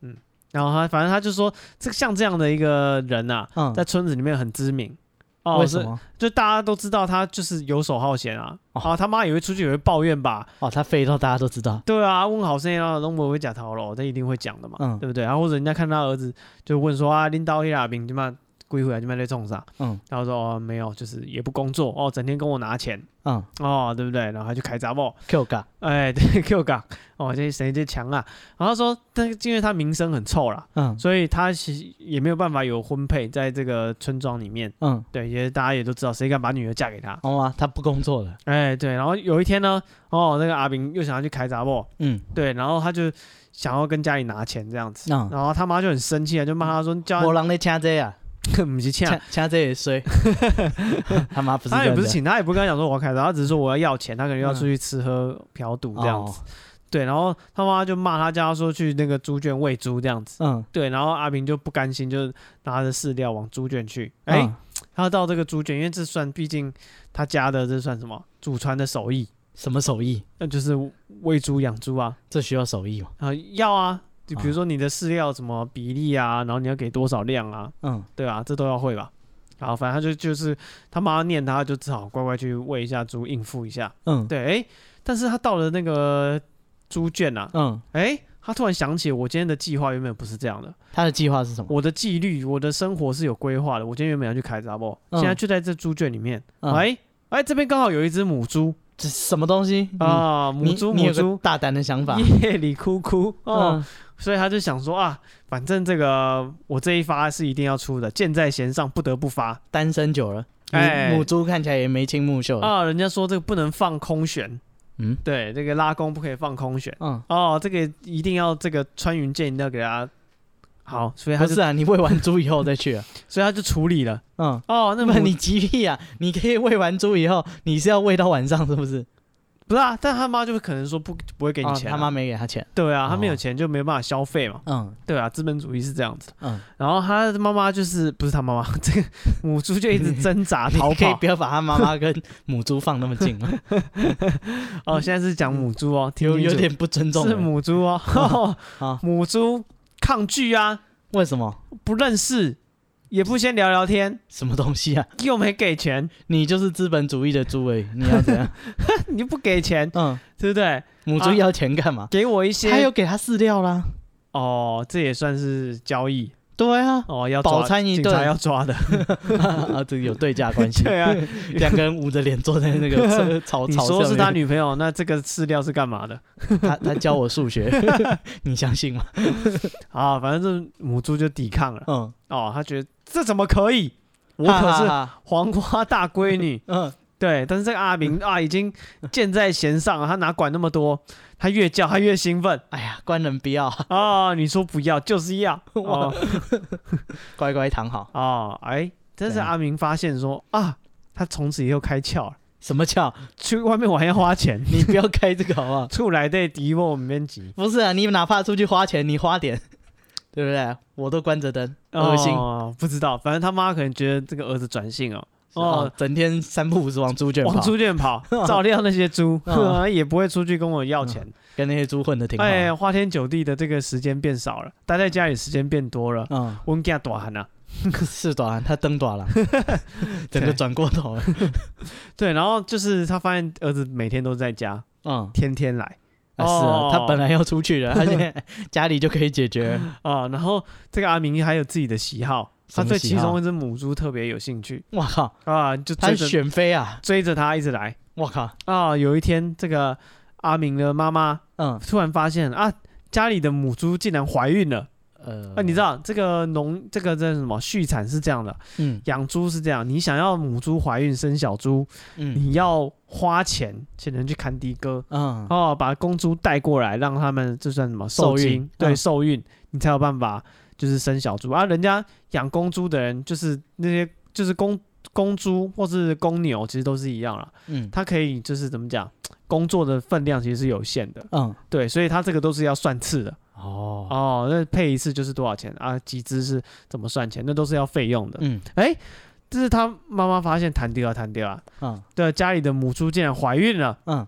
A: 嗯。然后他反正他就说，这像这样的一个人呐、
B: 嗯，
A: 在村子里面很知名哦，
B: 为什
A: 是
B: 么？
A: 就大家都知道他就是游手好闲啊，啊、他妈也会出去也会抱怨吧，
B: 哦，他废到大家都知道。
A: 对啊，问好声音啊，龙伯会假逃咯，他一定会讲的嘛，
B: 嗯
A: 对不对？然后或者人家看他儿子就问说啊，领导黑啦兵，你妈归回来就妈啊在冲啥？
B: 嗯
A: 然后说哦没有，就是也不工作哦，整天跟我拿钱
B: 嗯
A: 哦，对不对？然后他就开杂报，
B: ，Q 嘎，
A: 哎，对 Q 港哦，这谁这强啊？然后他说，但是因为他名声很臭啦，
B: 嗯
A: 所以他其实也没有办法有婚配在这个村庄里面，
B: 嗯，
A: 对，也大家也都知道谁敢把女儿嫁给他，
B: 哦啊，他不工作了。
A: 哎，对。然后有一天呢，哦，那个阿炳又想要去开杂报。
B: 嗯，
A: 对，然后他就想要跟家里拿钱这样子，
B: 那
A: 然后他妈就很生气啊，就骂他说：“叫
B: 我让你掐这啊，
A: 他 不是欠
B: 掐，掐这 也衰。他妈不是这
A: 他也
B: 样
A: 不是
B: 的
A: 请，他也不跟他讲说我要开的，他只是说我要要钱，他可能要出去吃喝嫖赌这
B: 哦
A: 样子。对，然后他妈就骂他，叫他说去那个猪圈喂猪这样子。
B: 哦。
A: 对，然后阿平就不甘心，就拿着饲料往猪圈去。
B: 嗯，
A: 哎、
B: 嗯
A: 他到这个猪圈，因为这算毕竟他家的这算什么祖传的手艺，
B: 什么手艺？
A: 那就是喂猪养猪啊。
B: 这需要手艺吗？
A: 啊，要啊，就比如说你的饲料什么比例啊，然后你要给多少量啊，
B: 嗯
A: 对啊，这都要会吧。然后反正他就就是他妈念他，就只好乖乖去喂一下猪，应付一下。
B: 嗯
A: 对，哎，但是他到了那个猪圈啊，
B: 嗯，
A: 哎，他突然想起我今天的计划原本不是这样的，
B: 他的计划是什么？
A: 我的纪律，我的生活是有规划的。我今天原本要去凯撒不，
B: 嗯
A: 现在就在这猪圈里面，
B: 嗯
A: 哎哎，这边刚好有一只母猪
B: 这什么东西？
A: 啊，
B: 嗯你
A: 母猪
B: 你
A: 母
B: 有个
A: 猪。
B: 大胆的想法。
A: 夜里哭哭哦，
B: 嗯
A: 所以他就想说啊，反正这个我这一发是一定要出的，箭在弦上，不得不发
B: 单身久了，母
A: 哎
B: 母猪看起来也眉清目秀的。
A: 啊。人家说这个不能放空弦，
B: 嗯
A: 对，这个拉弓不可以放空弦
B: 嗯，
A: 哦，这个一定要这个穿云箭一定要给他好，所以他
B: 不
A: 哎就是
B: 啊，你喂完猪以后再去 啊。
A: 所以他就处理了
B: 嗯，
A: 哦。那
B: 那么
A: 么
B: 你
A: 你
B: 急屁啊！你可以喂完猪以后，你是要喂到晚上是不是？
A: 不是啊？但他妈就可能说不不会给你
B: 哦
A: 钱啊、
B: 他妈没给他钱。
A: 对啊，他没有
B: 哦
A: 钱就没办法消费嘛，
B: 嗯
A: 对啊，资本主义是这样子。
B: 嗯，
A: 然后他的妈妈就是不是他妈妈， 这个母猪就一直挣扎 逃
B: 你可以
A: 跑
B: 不。要把他妈妈跟母猪放那么近吗？
A: 哦，现在是讲母猪哦，听
B: 有
A: 清
B: 嗯有
A: 楚
B: 点不尊重
A: 是
B: 人。
A: 母猪哦，
B: 啊
A: 母猪抗拒啊，
B: 为什么？
A: 不认识，也不先聊聊天，
B: 什么东西啊？
A: 又没给钱，
B: 你就是资本主义的猪哎，你要怎样？
A: 你不给钱，
B: 嗯，
A: 对不对？
B: 母猪
A: 啊
B: 要钱干嘛？
A: 给我一
B: 他
A: 些
B: 有给他饲料啦。
A: 哦，这也算是交易
B: 对啊，
A: 哦，要抓
B: 饱餐一
A: 警察
B: 顿
A: 要抓的，
B: 啊，这个有 对价关系。
A: 对啊，
B: 两个人捂着脸坐在那 个车草
A: 你
B: 草
A: 说
B: 上
A: 是他
B: 面
A: 女朋友，那这个饲料是干嘛的？
B: 他他教我 数学，你相信吗？
A: 啊，反正这母猪就抵抗了
B: 嗯，
A: 哦，他觉得这怎么可以？我可
B: 哈哈
A: 是
B: 哈
A: 黄瓜大闺 女，
B: 嗯
A: 对，但是这个阿明啊，已经箭在弦上了，他哪管那么多？他越叫他越兴奋
B: 哎呀，官人不要，
A: 啊、你说不要就是要哦
B: 乖乖躺好。
A: 哦，哎，但是
B: 对
A: 阿明发现说啊，他从此以后开窍了
B: 什么叫？
A: 去外面玩要花钱，
B: 你不要开这个好不好？
A: 出来对敌我们边急，
B: 不是啊，你哪怕出去花钱，你花点， 对不对？我都关着灯，恶心。
A: 哦，不知道，反正他妈可能觉得这个儿子转性哦，
B: 哦
A: 哦，，
B: 整天三不五时往猪圈跑
A: 往，猪圈跑，照料那些 猪，啊
B: 哦
A: 也不会出去跟我要钱。
B: 跟那些猪混的挺好。
A: 哎，花天酒地的这个时间变少了，待在家里时间变多了。
B: 嗯，
A: 温家短寒啊，
B: 是短，他灯 短了，整个转过头了。
A: 对，然后就是他发现儿子每天都在家，
B: 嗯，
A: 天天来
B: 啊是啊
A: 哦，
B: 他本来要出 去的，他现在家里就可以解决。
A: 啊、然后这个阿明还有自己的喜好，
B: 什
A: 他
B: 么
A: 对
B: 喜
A: 其
B: 好
A: 中一只母猪特别有兴趣
B: 我靠，
A: 啊、就追
B: 他
A: 着
B: 选妃啊！
A: 追着他一直来
B: 我靠，
A: 啊、有一天，这个阿明的妈妈
B: 嗯，
A: 突然发现啊，家里的母猪竟然怀孕了。
B: 呃
A: 啊，你知，道这个农这个叫什么畜产是这样的，
B: 嗯
A: 养猪是这样，你想要母猪怀孕生小猪，
B: 嗯
A: 你要花钱请人去看的哥。
B: 嗯，
A: 哦，把公猪带过来，让他们这算什么受
B: 受
A: 精？
B: 孕
A: 对，
B: 嗯
A: 受孕，你才有办法就是生小猪啊。人家养公猪的人，就是那些就是公公猪或是公牛，其实都是一样啦。
B: 嗯
A: 它可以就是怎么讲，工作的分量其实是有限的，
B: 嗯，
A: 对，所以它这个都是要算次的
B: 哦，
A: 哦。那配一次就是多少钱啊？几只是怎么算钱？那都是要费用的。
B: 嗯
A: 哎、这是他妈妈发现弹掉啊，弹掉啊，
B: 嗯
A: 对，家里的母猪竟然怀孕了。
B: 嗯，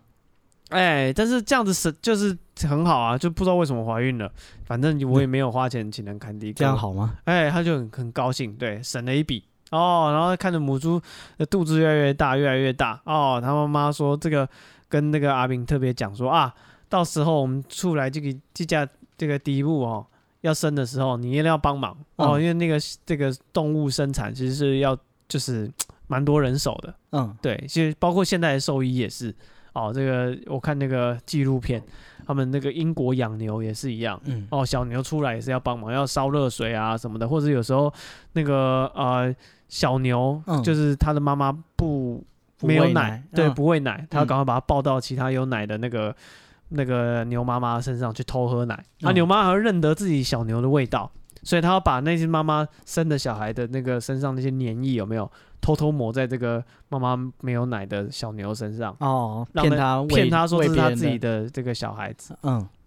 A: 哎，但是这样子是就是很好啊，就不知道为什么怀孕了，反正我也没有花钱请人看第一个，
B: 嗯这样，好吗？
A: 哎，他就很很高兴，对，省了一笔哦，然后看着母猪的肚子越来越大，越来越大哦，他妈妈说这个跟那个阿明特别讲说啊，到时候我们出来这个这架这个第一步哦。要生的时候，你一定要帮忙哦，
B: 嗯
A: 因为那个这个动物生产其实是要就是蛮多人手的，
B: 嗯
A: 对，其实包括现代的兽医也是哦。这个我看那个纪录片，他们那个英国养牛也是一样
B: 嗯
A: 哦，小牛出来也是要帮忙，要烧热水啊什么的，或者有时候那个呃小牛、
B: 嗯
A: 就是它的妈妈不
B: 不
A: 没有
B: 喂
A: 奶，
B: 奶
A: 对，
B: 嗯
A: 不喂奶，它要
B: 嗯
A: 赶快把它抱到其他有奶的那个。那个牛妈妈身上去偷喝奶，啊，
B: 嗯
A: 牛妈还会认得自己小牛的味道，所以它要把那只妈妈生的小孩的那个身上那些黏液有没有偷偷抹在这个妈妈没有奶的小牛身上，
B: 哦，
A: 让
B: 骗
A: 那
B: 他喂
A: 骗他说
B: 喂
A: 这是他
B: 别人
A: 自己的这个小孩子，
B: 的，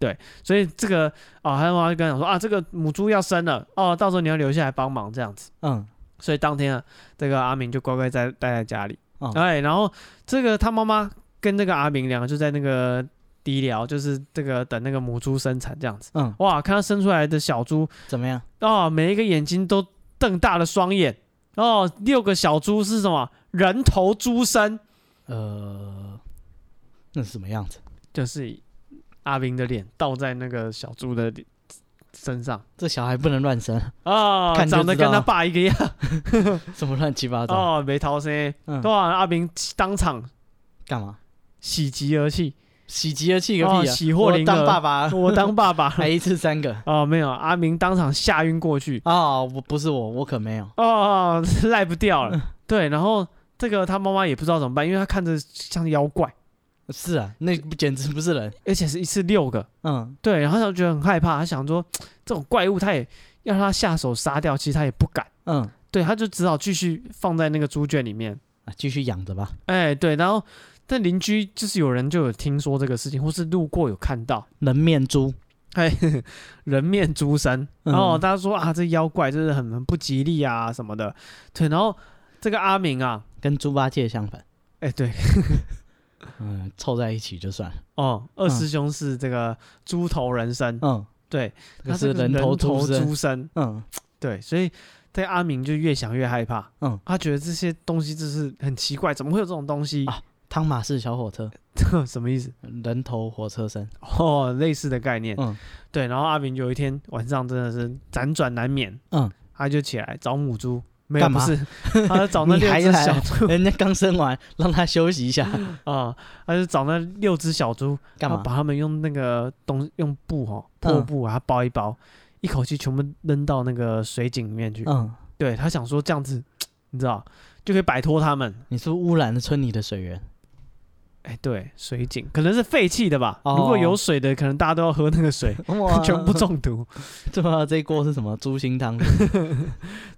B: 嗯
A: 所以这个啊，他妈妈就跟他讲说啊，这个母猪要生了哦，到时候你要留下来帮忙这样子。
B: 嗯
A: 所以当天啊，这个阿明就乖乖在待在家里，
B: 哦
A: 哎，然后这个他妈妈跟这个阿明两个就在那个低疗，就是这个等那个母猪生产这样子。
B: 嗯，
A: 哇，看他生出来的小猪
B: 怎么样？
A: 哦，每一个眼睛都瞪大了双眼。哦，六个小猪是什么？人头猪身，
B: 呃，那是什么样子？
A: 就是阿明的脸倒在那个小猪的脸身上
B: 这小孩不能乱生，
A: 啊，
B: 看就
A: 长得
B: 知道
A: 跟他爸一 个样
B: 什么乱七八糟？
A: 哦，没逃生。
B: 嗯，
A: 对啊，阿明当场
B: 干嘛？
A: 喜极而泣，
B: 喜极而泣个屁
A: 哦
B: 啊！
A: 喜获
B: 我
A: 麟
B: 当
A: 儿
B: 爸爸
A: 我当爸爸
B: 还一次三个
A: 哦，没有，阿明当场吓晕过去
B: 哦，我不是我，我可没有。
A: 哦， 赖不掉了。对，然后这个他妈妈也不知道怎么办，因为他看着像妖怪，
B: 是啊，那不简直不是人。
A: 而且是一次六个。
B: 嗯
A: 对，然后他就觉得很害怕，他想说这种怪物他也要他下手杀掉，其实他也不敢，
B: 嗯，
A: 对，他就只好继续放在那个猪圈里面。
B: 啊继续养着吧。
A: 哎，对，然后但邻居就是有人就有听说这个事情，或是路过有看到，
B: 人面猪，
A: 哎，人面猪身，
B: 嗯
A: 然后大家说啊，这妖怪就是很很不吉利啊什么的，对，然后这个阿明啊，
B: 跟猪八戒相反，
A: 哎，对，
B: 嗯，凑在一起就算了。
A: 哦，二师兄是这个猪头人身，
B: 嗯，
A: 对，
B: 可
A: 他
B: 是
A: 这个
B: 人头
A: 头
B: 猪身。
A: 猪身，
B: 嗯
A: 对，所以这阿明就越想越害怕，
B: 嗯，
A: 他觉得这些东西就是很奇怪，怎么会有这种东西？
B: 啊汤马士小火车，
A: 什么意思？
B: 人头火车身。
A: 哦，类似的概念，
B: 嗯
A: 对。然后阿明有一天晚上真的是辗转难眠，
B: 嗯，
A: 他就起来找母猪，没有
B: 干
A: 不
B: 嘛
A: 是，他就找那
B: 你
A: 六
B: 还
A: 只
B: 来啊
A: 小猪
B: 人家刚生完，让他休息一下，
A: 啊，他就找那六只小猪，
B: 干
A: 他
B: 嘛？
A: 把它们用那个东用布哦，
B: 嗯
A: 破布把它包一包，一口气全部扔到那个水井里面去。
B: 嗯，
A: 对他想说这样子，你知道就可以摆脱他们。
B: 你是不是污染了村里的水源？
A: 哎，对，水井可能是废弃的吧。
B: 哦
A: 如果有水的，可能大家都要喝那个水，
B: 哇
A: 全部中毒。
B: 对啊，这一锅是什么猪心汤？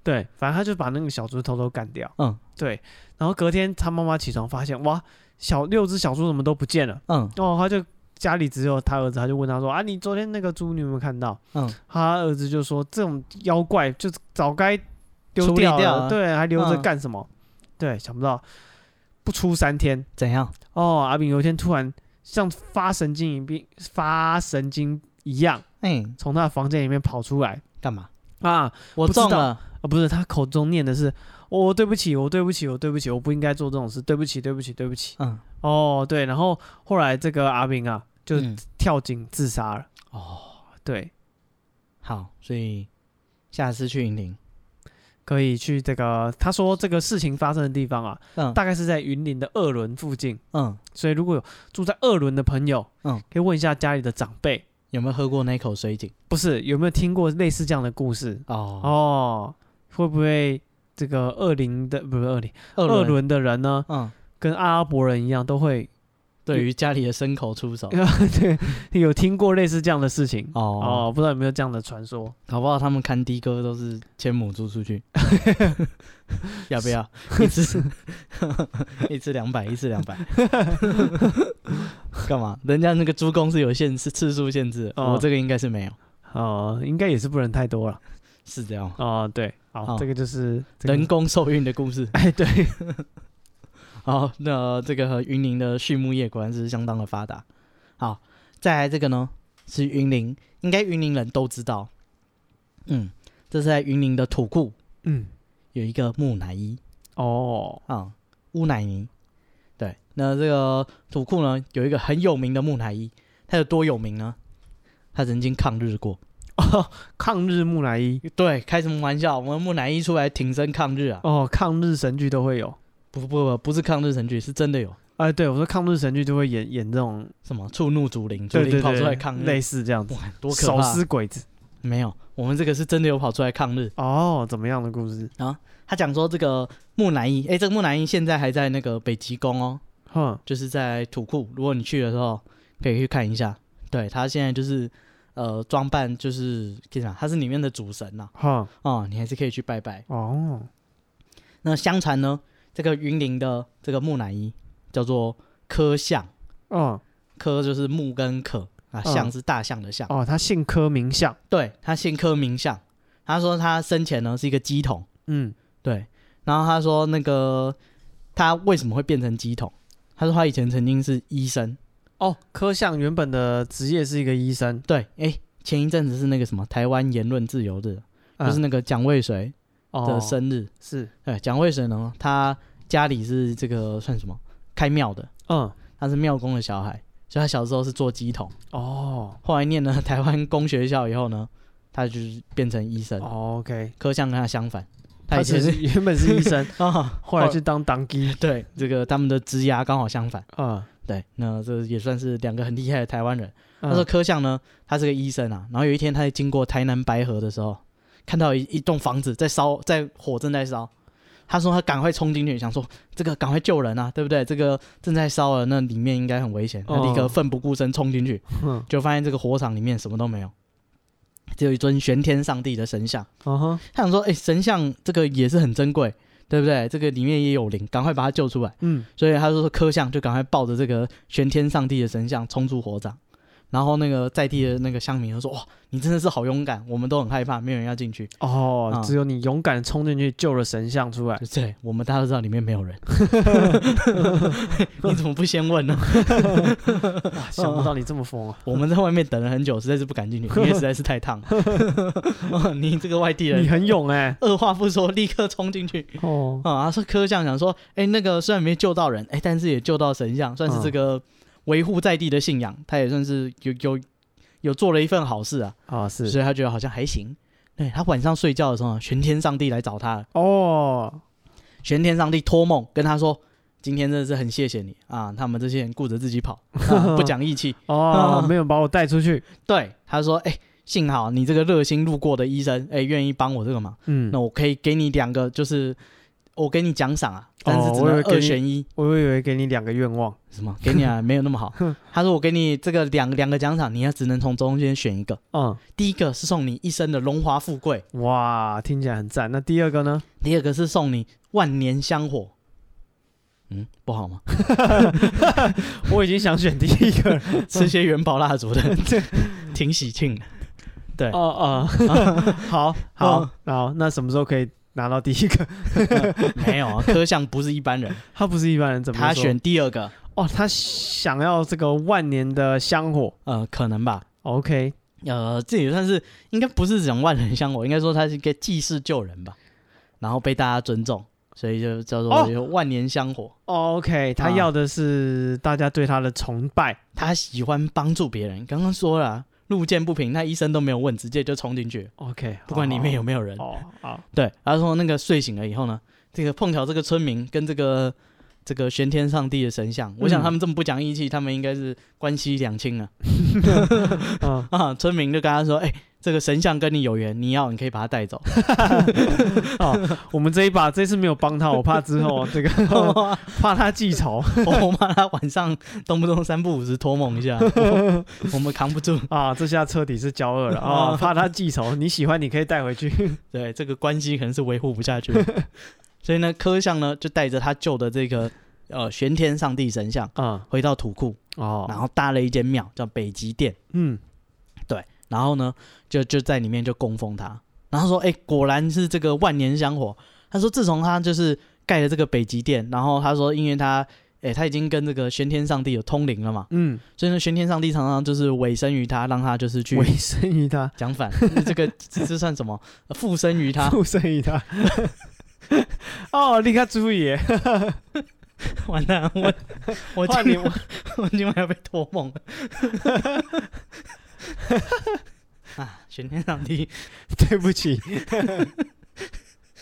A: 对，反正他就把那个小猪偷偷干掉。
B: 嗯，
A: 对。然后隔天他妈妈起床发现，哇，小六只小猪怎么都不见了？
B: 嗯
A: 哦，他就家里只有他儿子，他就问他说啊，你昨天那个猪你有没有看到？
B: 嗯，
A: 他儿子就说这种妖怪就早该丢
B: 处理
A: 掉了，
B: 掉啊
A: 对，还留着
B: 嗯
A: 干什么？对，想不到不出三天
B: 怎样？
A: 哦，阿炳有一天突然像发神经一病、发神经一样，
B: 哎，
A: 从他的房间里面跑出来
B: 干嘛？
A: 啊！
B: 我
A: 不知道
B: 中了，
A: 啊，不是，他口中念的是“我、对不起，我对不起，我对不起，我不应该做这种事，对不起，对不起，对不起。
B: 嗯，”
A: 哦，对，然后后来这个阿炳啊，就
B: 嗯
A: 跳井自杀了。
B: 哦，
A: 对，
B: 好，所以下次去云林，
A: 可以去这个，他说这个事情发生的地方啊，
B: 嗯
A: 大概是在云林的二轮附近，
B: 嗯，
A: 所以如果有住在二轮的朋友，
B: 嗯，
A: 可以问一下家里的长辈，
B: 有没有喝过那口水井？
A: 不是有没有听过类似这样的故事
B: 哦，
A: 哦？会不会这个二零的不是二零
B: 二
A: 二
B: 轮，
A: 轮的人呢，
B: 嗯，
A: 跟阿拉伯人一样，都会
B: 对于家里的牲口出手，
A: 对有听过类似这样的事情
B: 哦，
A: 哦？不知道有没有这样的传说？
B: 搞不好他们看的哥都是牵母猪出去， 要不 要一次一次两百，一次两 百，干嘛？人家那个猪公是有限次次数限制的，
A: 哦
B: 我这个应该是没有，
A: 哦，应该也是不能太多了
B: 是这样吗。
A: 哦。对，好，
B: 哦
A: 这个就是这个，
B: 人工受孕的故事
A: 哎，对，
B: 好，那这个云林的畜牧业果然是相当的发达。好，再来这个呢是云林，应该云林人都知道，嗯，这是在云林的土库
A: 嗯，
B: 有一个木乃伊，
A: 哦，
B: 啊、乌乃尼。对，那这个土库呢，有一个很有名的木乃伊，他有多有名呢？他曾经抗日过。
A: 哦，抗日木乃伊
B: 对，开什么玩笑？我们木乃伊出来挺身抗日啊！
A: 哦，抗日神剧都会有。
B: 不不不，不是抗日神剧，是真的有
A: 哎，对我说抗日神剧就会演演这种，
B: 什么触怒祖灵，祖
A: 对对
B: 灵
A: 对，
B: 跑出来抗日，
A: 类似这样子，
B: 哇，多可
A: 手
B: 怕！
A: 撕鬼子
B: 没有，我们这个是真的有跑出来抗日。
A: 哦，怎么样的故事？
B: 他讲说这个木乃伊，诶，这个木乃伊现在还在那个北极宫哦，
A: 哼，
B: 就是在土库，如果你去的时候可以去看一下。对他现在就是呃装扮就是跟你讲，他是里面的主神呐、
A: 哼，
B: 哦，你还是可以去拜拜。
A: 哦，
B: 那相传呢，这个云林的这个木乃伊叫做柯象，
A: 嗯，
B: 柯就是木跟可啊，
A: 嗯
B: 象是大象的象。
A: 哦，他姓柯名相，
B: 对他姓柯名象，他说他生前呢是一个鸡桶，
A: 嗯，
B: 对，然后他说那个他为什么会变成鸡桶？他说他以前曾经是医生，
A: 哦，柯相原本的职业是一个医生，
B: 对，哎，前一阵子是那个什么台湾言论自由日，
A: 嗯
B: 就是那个蒋渭水
A: 哦
B: 的生日。
A: 是，
B: 对，蒋渭水呢，他家里是这个算什么开庙的，
A: 嗯，
B: 他是庙公的小孩，所以他小时候是做鸡桶，
A: 哦
B: 后来念了台湾工学校以后呢，他就是变成医生。
A: 哦，OK，
B: 柯相跟他相反，他
A: 他
B: 以
A: 其
B: 前是
A: 实原本是医 生，哦
B: 啊、
A: 后来去当当机，
B: 对这个他们的枝丫刚好相反。
A: 啊，
B: 对，那这也算是两个很厉害的台湾人。
A: 他
B: 他说柯相呢，他是个医生啊，然后有一天他在经过台南白河的时候，看到一一栋房子在烧，在火正在烧。他说他赶快冲进去，想说这个赶快救人啊，对不对？这个正在烧了，那里面应该很危险。他立刻
A: 哦
B: 奋不顾身冲进去，
A: 嗯
B: 就发现这个火场里面什么都没有，只有一尊玄天上帝的神像。
A: 嗯哼，
B: 他想说，哎、神像这个也是很珍贵，对不对？这个里面也有灵，赶快把它救出来。
A: 嗯，
B: 所以他就说柯相就赶快抱着这个玄天上帝的神像冲出火场，然后那个在地的那个乡民就说：“哇，你真的是好勇敢，我们都很害怕，没有人要进去。
A: 哦
B: 啊，
A: 只有你勇敢地冲进去救了神像出来”，
B: 对，我们大家都知道 里面没有人，你怎么不先问呢？
A: 哇 想不到你这么疯啊！
B: 我们在外面等了很久，实在是不敢进去，因为实在是太 烫。哦你这个外地
A: 你
B: 人，
A: 很勇哎、
B: 二话不说立刻冲进去。
A: 哦，
B: 啊、他说柯相想说，哎、那个虽然没救到人，哎、但是也救到神像，算
A: 嗯
B: 是这个维护在地的信仰，他也算是有有有做了一份好事啊，
A: 啊是
B: 所以他觉得好像还行。对他晚上睡觉的时候呢，玄天上帝来找他了，
A: 哦，
B: 玄天上帝托梦跟他说，今天真的是很谢谢你啊，他们这些人顾着自己跑，啊不讲义气。
A: 哦，没有把我带出去。
B: 对，他说，哎、幸好你这个热心路过的医生，哎、愿意帮我这个忙，
A: 嗯
B: 那，我可以给你两个就是我给你奖赏啊，但是只
A: 哦我以
B: 能
A: 为给你
B: 二选一。
A: 我以为给你两个愿望，
B: 什么？给你啊，没有 那么好。他说我给你这个两两个奖赏，你要只能从中间选一个。
A: 嗯，
B: 第一个是送你一生的荣华富贵，
A: 哇，听起来很赞。那第二个呢？
B: 第二个是送你万年香火。嗯，不好吗？
A: 我已经想选第一个了。
B: 吃些元宝蜡烛的，挺喜庆 的。对，
A: 哦哦， 好好
B: 嗯
A: 好，那什么时候可以拿到第一个？
B: 没有啊，柯相不是一般人，
A: 他不是一般人，怎么
B: 他
A: 说
B: 选第二个，
A: 哦，他想要这个万年的香火。
B: 呃，可能吧，
A: OK，
B: 呃，这也算是应该不是讲万人香火，应该说他是一个济世救人吧，然后被大家尊重，所以就叫
A: 哦
B: 做万年香火。
A: OK，他
B: 啊
A: 要的是大家对他的崇拜。
B: 他喜欢帮助别人，刚刚说了啊、路见不平，他医生都没有问，直接就冲进去，
A: OK，
B: 不管里面有没有人。
A: 哦，好，
B: 对，他说那个睡醒了以后呢，这个碰巧这个村民跟这个这个玄天上帝的神像，我想他们这么不讲义气，他们应该是关系两清啊。
A: 嗯，
B: 啊，村民就跟他说，哎、这个神像跟你有缘，你要你可以把它带走。
A: 哦，我们这一把这次没有帮他，我怕之后 这个怕他记仇
B: 我妈她晚上动不动三不五时托梦一下， 我我们扛不住。
A: 啊，这下彻底是骄 傲了啊，怕他记仇。你喜欢你可以带回 去。
B: 对，这个关系可能是维护不 下去。所以呢，柯相呢就带着他旧的这个呃玄天上帝神像
A: 嗯，
B: 回到土库，然
A: 哦，
B: 后搭了一间庙叫北极殿。
A: 嗯，
B: 然后呢，就就在里面就供奉他。然后说，哎、果然是这个万年香火。他说，自从他就是盖了这个北极殿，然后他说，因为他，哎、他已经跟这个玄天上帝有通灵了嘛，
A: 嗯，
B: 所以呢，玄天上帝常常就是委身于他，让他就是去
A: 委身于他，
B: 讲反，这个这这算什么？呃附身于 他，
A: 附身于他。哦，你看注意耶，
B: 完蛋，我 我
A: 换
B: 今
A: 你
B: 晚我今晚要被托梦 了。啊，玄天上帝
A: 对不起。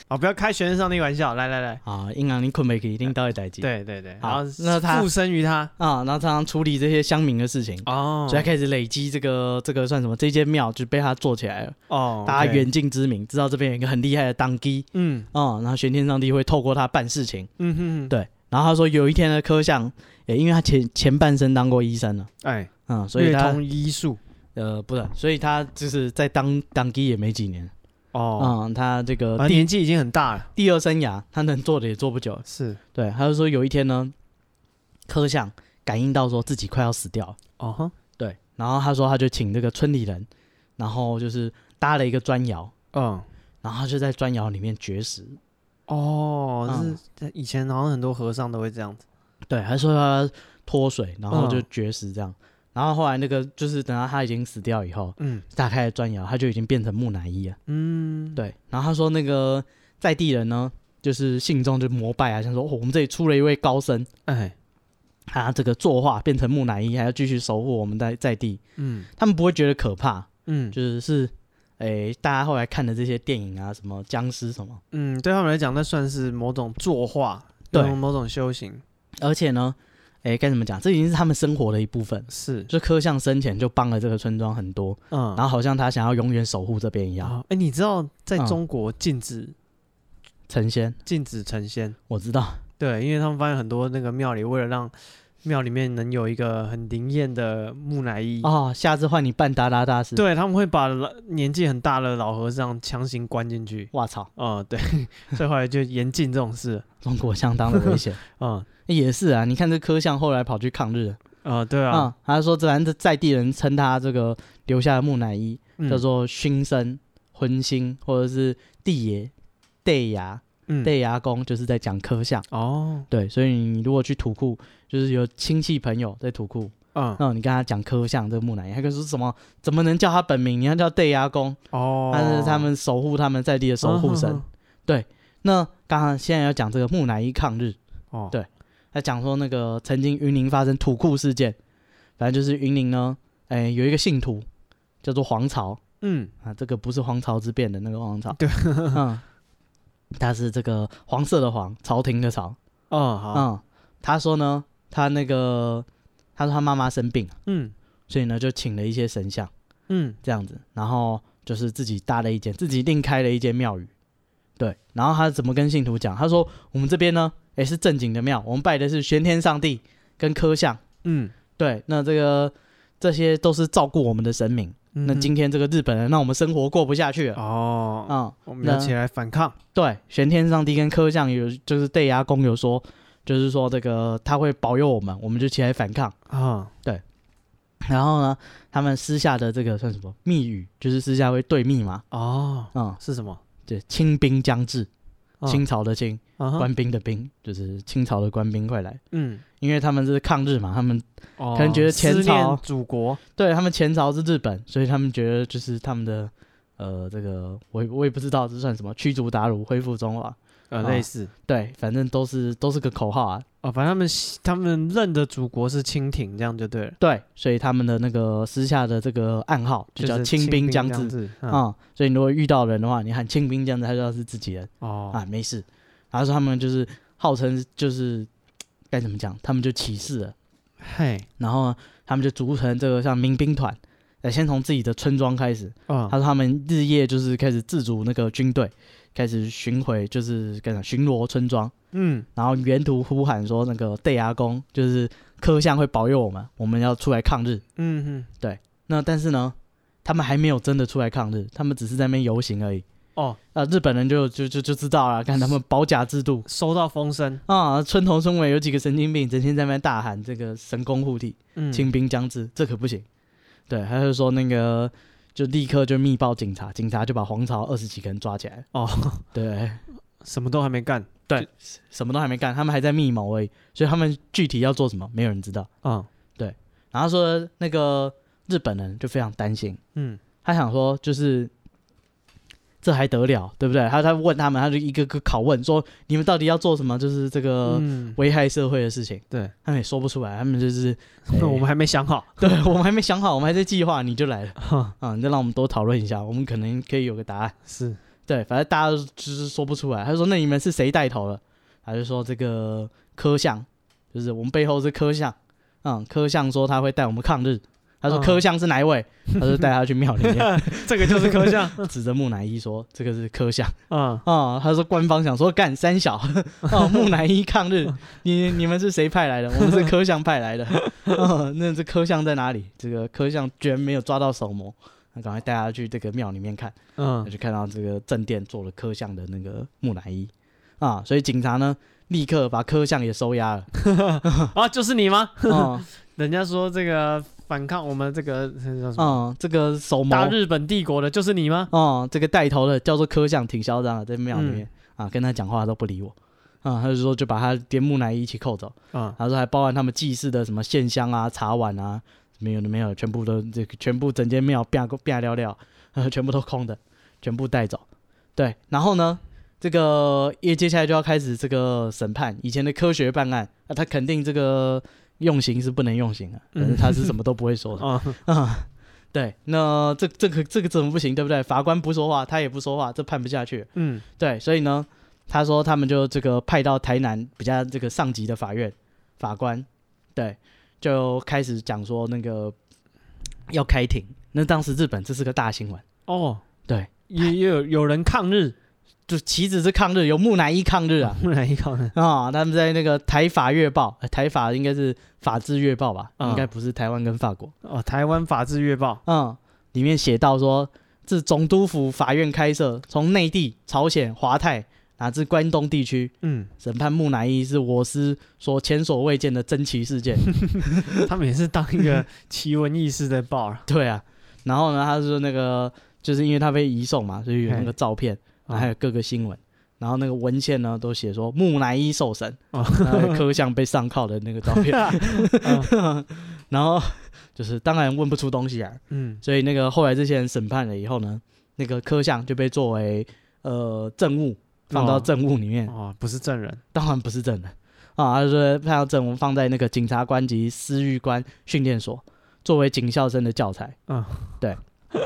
A: 哦，不要开玄上帝玩笑，来来来，
B: 啊，阴阳你困没去，一定到一代机。
A: 对对对，然
B: 好
A: 后
B: 那他
A: 附身于他
B: 啊，然后常常处理这些乡民的事情，
A: 哦
B: 所以他开始累积这个这个算什么？这间庙就被他做起来了，
A: 哦，
B: 大家
A: OK
B: 远近知名，知道这边有一个很厉害的当机
A: 嗯
B: 啊，然后玄天上帝会透过他办事情。
A: 嗯哼，
B: 对，然后他说有一天的柯相，也因为他前前半生当过医生了，
A: 哼哎，
B: 嗯，所以
A: 略
B: 他
A: 通医术
B: 呃，不是，所以他就是在当当机也没几年，
A: 哦，
B: 嗯，他这个
A: 啊
B: 第
A: 年纪已经很大了，
B: 第二生涯，他能做的也做不久。
A: 是
B: 对，他就说有一天呢，柯相感应到说自己快要死掉了，
A: 哦哼
B: 对，然后他说他就请这个村里人，然后就是搭了一个砖窑，
A: 嗯。
B: 然后他就在砖窑里面绝食。
A: 哦，
B: 嗯
A: 这是以前好像很多和尚都会这样子。
B: 对，他说他脱水，然后就
A: 嗯
B: 绝食这样。然后后来那个就是等到他已经死掉以后，
A: 嗯
B: 打开了砖窑，他就已经变成木乃伊了。
A: 嗯，
B: 对，然后他说那个在地人呢，就是信众就膜拜啊，想说、哦、我们这里出了一位高僧，
A: 哎，
B: 他这个作画变成木乃伊，还要继续守护我们在在地，
A: 嗯
B: 他们不会觉得可怕，
A: 嗯
B: 就是是，诶，大家后来看的这些电影啊，什么僵尸什么，
A: 嗯，对他们来讲，那算是某种作画，
B: 对
A: 某某种修行，
B: 而且呢，诶，该怎么讲，这已经是他们生活的一部分。
A: 是，
B: 就柯相生前就帮了这个村庄很多，
A: 嗯，
B: 然后好像他想要永远守护这边一样。
A: 哦，哎，你知道在
B: 嗯
A: 中国禁止
B: 成仙，
A: 禁止成仙，
B: 我知道，
A: 对，因为他们发现很多那个庙里为了让庙里面能有一个很灵验的木乃伊，
B: 哦，下次换你扮达达大师。，
A: 对他们会把老年纪很大的老和尚强行关进去。
B: 哇操，
A: 嗯，对， 所以后来就严禁这种事。
B: 中国相当的危险。
A: 嗯，
B: 也是啊，你看这柯相后来跑去抗日，
A: 啊，对啊，
B: 啊、他说自然这在地人称他这个留下的木乃伊、
A: 嗯
B: 叫做熏生、荤腥，或者是地爷、地牙、
A: 嗯
B: 地牙公，就是在讲柯相。
A: 哦，
B: 对，所以你如果去土库，就是有亲戚朋友在土库，
A: 嗯，
B: 那你跟他讲柯相这个木乃伊，他就说什么？怎么能叫他本名？你要叫地牙公，
A: 哦，
B: 他是他们守护他们在地的守护神。
A: 嗯哼
B: 那刚刚现在要讲这个木乃伊抗日，
A: 哦，
B: 对他讲说那个曾经云林发生土库事件，反正就是云林呢，哎、有一个信徒叫做黄巢
A: 嗯，
B: 啊，这个不是黄巢之变的那个黄巢，
A: 对，
B: 嗯，他是这个黄色的黄，朝廷的朝，
A: 哦，好，
B: 嗯，他说呢，他那个他说他妈妈生病，
A: 嗯
B: 所以呢就请了一些神像
A: 嗯
B: 这样子，然后就是自己搭了一间，自己另开了一间庙宇，对，然后他怎么跟信徒讲？他说：“我们这边呢，也是正经的庙，我们拜的是玄天上帝跟科相。
A: 嗯，
B: 对，那这个这些都是照顾我们的神明。
A: 嗯
B: 那
A: 哼
B: 今天这个日本人让我们生活过不下去了，
A: 哦，
B: 嗯，
A: 我们要
B: 那
A: 起来反抗。
B: 对，玄天上帝跟科相有就是对牙公有说，就是说这个他会保佑我们，我们就起来反抗。
A: 啊，
B: 然后呢，他们私下的这个算什么密语，就是私下会对密嘛，
A: 哦，
B: 嗯，
A: 是什么？
B: 对，清兵将至，
A: 啊
B: 清朝的清，
A: 啊哈，
B: 官兵的兵，就是清朝的官兵快来，
A: 嗯，
B: 因为他们是抗日嘛，他们
A: 可
B: 能觉得前
A: 思
B: 朝
A: 念祖国，
B: 对他们前朝是日本，所以他们觉得就是他们的呃这个我也我也不知道这算什么，驱逐鞑虏，恢复中华，
A: 呃，
B: 啊
A: 类似
B: 对，反正都是都是个口号啊，
A: 哦，反正他们他们认的祖国是清廷，这样就对了，
B: 对，所以他们的那个私下的这个暗号就叫
A: 是
B: 清兵将至。
A: 至啊，
B: 啊、所以你如果遇到人的话，你喊清兵将至，他就知道是自己人、
A: 哦，
B: 啊，没事。然后说他们就是号称就是该怎么讲，他们就起事了，
A: 嘿，
B: 然后呢，他们就组成这个像民兵团，呃，先从自己的村庄开始。
A: 啊
B: 他，说他们日夜就是开始自组那个军队，开始巡回，就是该讲巡逻村庄，
A: 嗯，
B: 然后沿途呼喊说那个对牙公就是科相会保佑我们，我们要出来抗日。
A: 嗯嗯，
B: 那但是呢，他们还没有真的出来抗日，他们只是在那边游行而已。
A: 哦，
B: 啊，日本人就就就就知道了，看他们保甲制度
A: 收到风声，
B: 啊，村头村尾有几个神经病，整天在那边大喊这个神功护体，
A: 嗯，
B: 清兵将至，这可不行。对，他就说那个就立刻就密报警察，警察就把皇朝二十几个人抓起来。
A: 哦，
B: 对，
A: 什么都还没干，
B: 什么都还没干，他们还在密谋而已，所以他们具体要做什么，没有人知道。
A: 啊，
B: 然后说那个日本人就非常担心，
A: 嗯，
B: 他想说就是这还得了，对不对？他他问他们，他就一个个拷问，说你们到底要做什么？就是这个
A: 嗯，
B: 危害社会的事情，
A: 对，
B: 他们也说不出来，他们就是、
A: 那我们还没想好，
B: 对我们还没想好，我们还在计划，你就来了
A: 哈，
B: 啊、你再让我们多讨论一下，我们可能可以有个答案。
A: 是，
B: 对，反正大家就是说不出来。他就说那你们是谁带头了？他就说这个科相，就是我们背后是科相，嗯，科相说他会带我们抗日。他说
A: 嗯
B: 科相是哪一位？他就带他去庙里面，
A: 这个就是 科相，
B: 指着木乃伊说这个是科相
A: 啊，
B: 啊、他说官方想说干三小 哦，木乃伊抗日，你你们是谁派来的？我们是科相派来的。 嗯，那这科相在哪里？这个科相居然没有抓到手模，那赶快带他去这个庙里面看。
A: 嗯
B: 我，就看到这个正殿做了科相的那个木乃伊啊，所以警察呢立刻把科相也收押了。
A: 啊，就是你吗？
B: 嗯
A: 人家说这个反抗我们这个这叫什么
B: 嗯，这个手
A: 大
B: 谋
A: 日本帝国的，就是你吗？
B: 哦、这个带头的叫做科相，挺嚣张的，在庙里面、啊跟他讲话都不理我啊，他就说就把他连木乃伊一起扣走，
A: 啊，
B: 他说还包含他们祭祀的什么线香啊、茶碗啊，没有的没有，全部都这个全部整间庙变变掉掉，呃， 全部都空的，全部带走。对，然后呢，这个因为接下来就要开始这个审判，以前的科学办案，啊，他肯定这个用刑是不能用刑的，
A: 嗯
B: 反正他是什么都不会说的。
A: 啊，
B: 啊， 对，那这这个这个怎么不行，对不对？法官不说话，他也不说话，这判不下去。
A: 嗯，
B: 对，所以呢，他说他们就这个派到台南比较这个上级的法院法官，对，就开始讲说那个要开庭。那当时日本这是个大新闻，
A: 哦，
B: 对，
A: 也也有有人抗日，
B: 就岂止是抗日，有木乃伊抗日啊
A: 木乃伊抗 日，
B: 啊、他们在那个台法月报，呃台法应该是法制月报吧，
A: 嗯
B: 应该不是台湾跟法国。
A: 哦，台湾法制月报，
B: 嗯，里面写到说，自总督府法院开设，从内地、朝鲜、华泰乃至关东地区
A: 嗯，
B: 审判木乃伊，是我司所前所未见的珍奇 事件。
A: 他们也是当一个奇闻异事的报 啊，
B: 对啊，然后呢，他说那个就是因为他被移送嘛，所以有那个照片，然后还有各个新闻。然后那个文献呢，都写说木乃伊受审，
A: 哦
B: 然后还有科相被上铐的那个照 片，
A: 哦
B: 然后就是当然问不出东西来，
A: 嗯，
B: 所以那个后来这些人审判了以后呢，那个科相就被作为呃证物放到证物里面，
A: 哦，不是证人，
B: 当然不是证人啊，他说派到证物放在那个检察官及司狱官训练所，作为警校生的教材。
A: 嗯，
B: 对。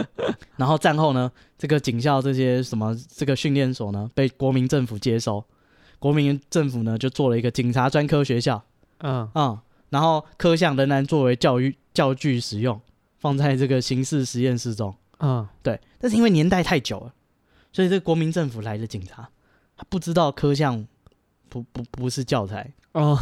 B: 然后战后呢，这个警校这些什么这个训练所呢，被国民政府接收，国民政府呢就做了一个警察专科学校
A: 嗯，
B: 啊、然后科相仍然作为教育教具使用，放在这个刑事实验室中。
A: 嗯，
B: 对，但是因为年代太久了，所以这个国民政府来的警察，他不知道科项不不不是教材，
A: 哦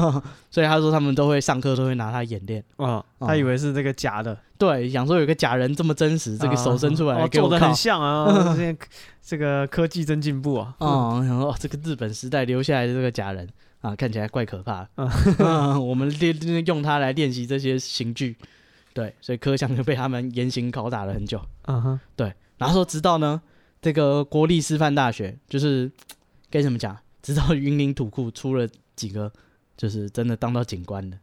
B: 所以他说他们都会上课都会拿他演练。
A: 哦，他以为是这个假的，
B: 对，想说有个假人这么真实，这个手伸出
A: 啊
B: 来
A: 哦
B: 给
A: 做
B: 我
A: 的
B: 靠
A: 很。像 啊，现在这个科技真进步啊，
B: 哦，然后、哦、这个日本时代留下来的这个假人啊，看起来怪可怕。
A: 嗯
B: 嗯，我们练用它来练习这些刑具，对，所以柯相就被他们严刑拷打了很久。
A: 嗯哼，
B: 然后说直到呢，这个国立师范大学就是呃该怎么讲，直到云林土库出了几个就是真的当到警官的，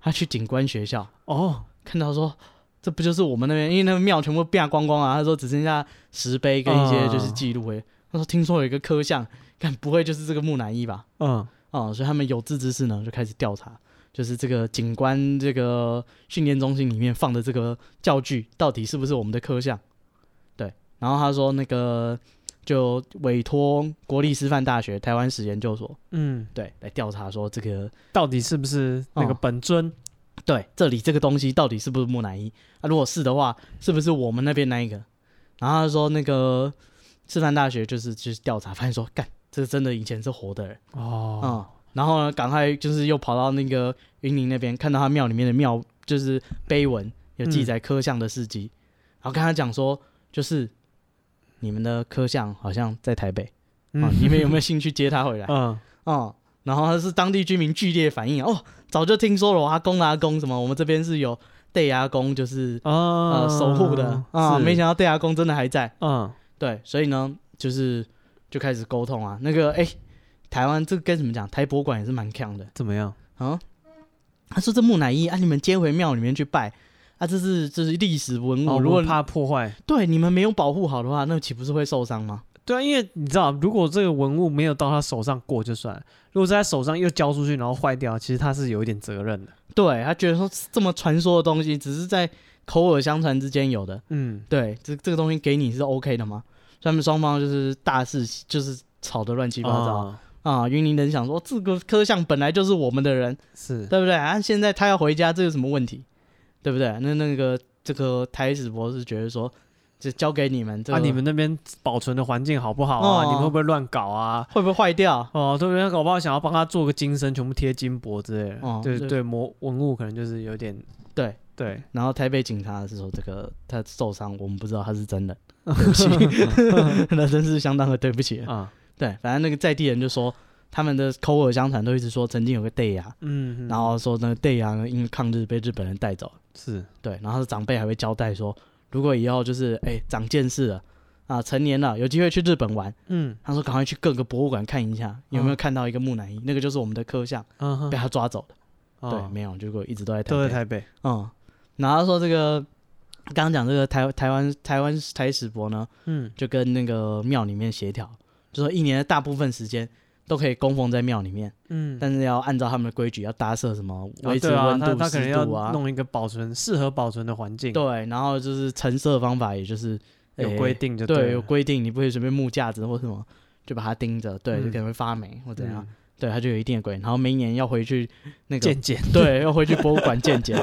B: 他去警官学校
A: 哦，
B: 看到说。这不就是我们那边，因为那个庙全部变光光啊。他说只剩下石碑跟一些就是
A: 嗯
B: 记录诶。他说听说有一个科像，看不会就是这个木乃伊吧？
A: 嗯
B: 哦，所以他们有志之士呢就开始调查，就是这个警官这个训练中心里面放的这个教具到底是不是我们的科项？对，然后他说那个就委托国立师范大学台湾史研究所
A: 嗯，
B: 对来调查说这个
A: 到底是不是那个
B: 哦
A: 本尊？
B: 对这里这个东西到底是不是木乃伊啊？如果是的话，是不是我们那边那一个？然后他说那个师范大学就是就是调查发现说，干这真的以前是活的人。
A: 哦，
B: 嗯，然后呢，赶快就是又跑到那个云林那边，看到他庙里面的庙就是碑文有记载科相的事迹，然后跟他讲说，就是你们的科相好像在台北，啊、你们有没有兴趣接他回来？
A: 嗯
B: 嗯，然后他是当地居民剧烈反应啊，哦，早就听说了，我阿公的阿公什么，我们这边是有对阿公就是
A: 啊
B: 呃守护的啊，没想到对阿公真的还在，
A: 嗯
B: 对，所以呢，就是就开始沟通啊。那个哎、台湾这个该怎么讲？台博馆也是蛮强的
A: 怎么样？
B: 啊。他说这木乃伊啊，你们接回庙里面去拜啊，这是这是历史文物。
A: 哦，
B: 如果
A: 我怕破坏，
B: 对你们没有保护好的话，那岂不是会受伤吗？
A: 对啊，因为你知道，如果这个文物没有到他手上过就算了，如果在他手上又交出去，然后坏掉，其实他是有一点责任的。
B: 对他觉得说这么传说的东西，只是在口耳相传之间有的，
A: 嗯，
B: 对这这个东西给你是 OK 的吗？所以他们双方就是大事就是吵得乱七八糟
A: 啊
B: 啊。云林人想说这个科相本来就是我们的人，
A: 是，
B: 对不对？啊，现在他要回家，这有什么问题？对不对？那那个这个台史博士觉得说，就交给你们，这
A: 啊，
B: 个
A: 你们那边保存的环境好不好啊？
B: 哦
A: 你们会不会乱搞啊？
B: 会不会坏掉？
A: 哦，对不对？搞不好想要帮他做个金身，全部贴金箔之类的。
B: 哦
A: 对
B: 对
A: 对，模文物可能就是有点
B: 对
A: 对，
B: 然后台北警察是说，这个他受伤，我们不知道他是 真的，对不起， 那真是相当的对不起。
A: 啊，
B: 对，反正那个在地人就说，他们的口耳相传都一直说，曾经有个 day 啊，
A: 嗯，
B: 然后说那个 day 啊，因为抗日被日本人带走了，
A: 是
B: 对，然后他的长辈还会交代说，如果以后就是哎长见识了啊，成年了，有机会去日本玩。
A: 嗯
B: 他说赶快去各个博物馆看一下，有没有看到一个木乃伊？那个就是我们的科像
A: 嗯哼
B: 被，他抓走的。
A: 哦
B: 对，没有，结果一直都在台
A: 都在
B: 北。
A: 台北，
B: 嗯，然后他说这个刚刚讲这个台台湾台湾台史博呢，
A: 嗯
B: 就跟那个庙里面协调，就说一年的大部分时间都可以供奉在庙里面，
A: 嗯。
B: 但是要按照他们的规矩，要搭设什么
A: 啊
B: 维持
A: 对啊
B: 温
A: 他
B: 度、
A: 他可能
B: 湿
A: 要
B: 度啊，
A: 弄一个保存适合保存的环境，
B: 对，然后就是陈设方法，也就是
A: 有
B: 诶
A: 规定就
B: 对，
A: 了
B: 有规定，你不可以随便木架子或什么就把它钉着，对，
A: 嗯
B: 就可能会发霉或怎样。
A: 嗯
B: 对，它就有一定的规定。然后每一年要回去那啊个
A: 见，解
B: 对，要回去博物馆见 检。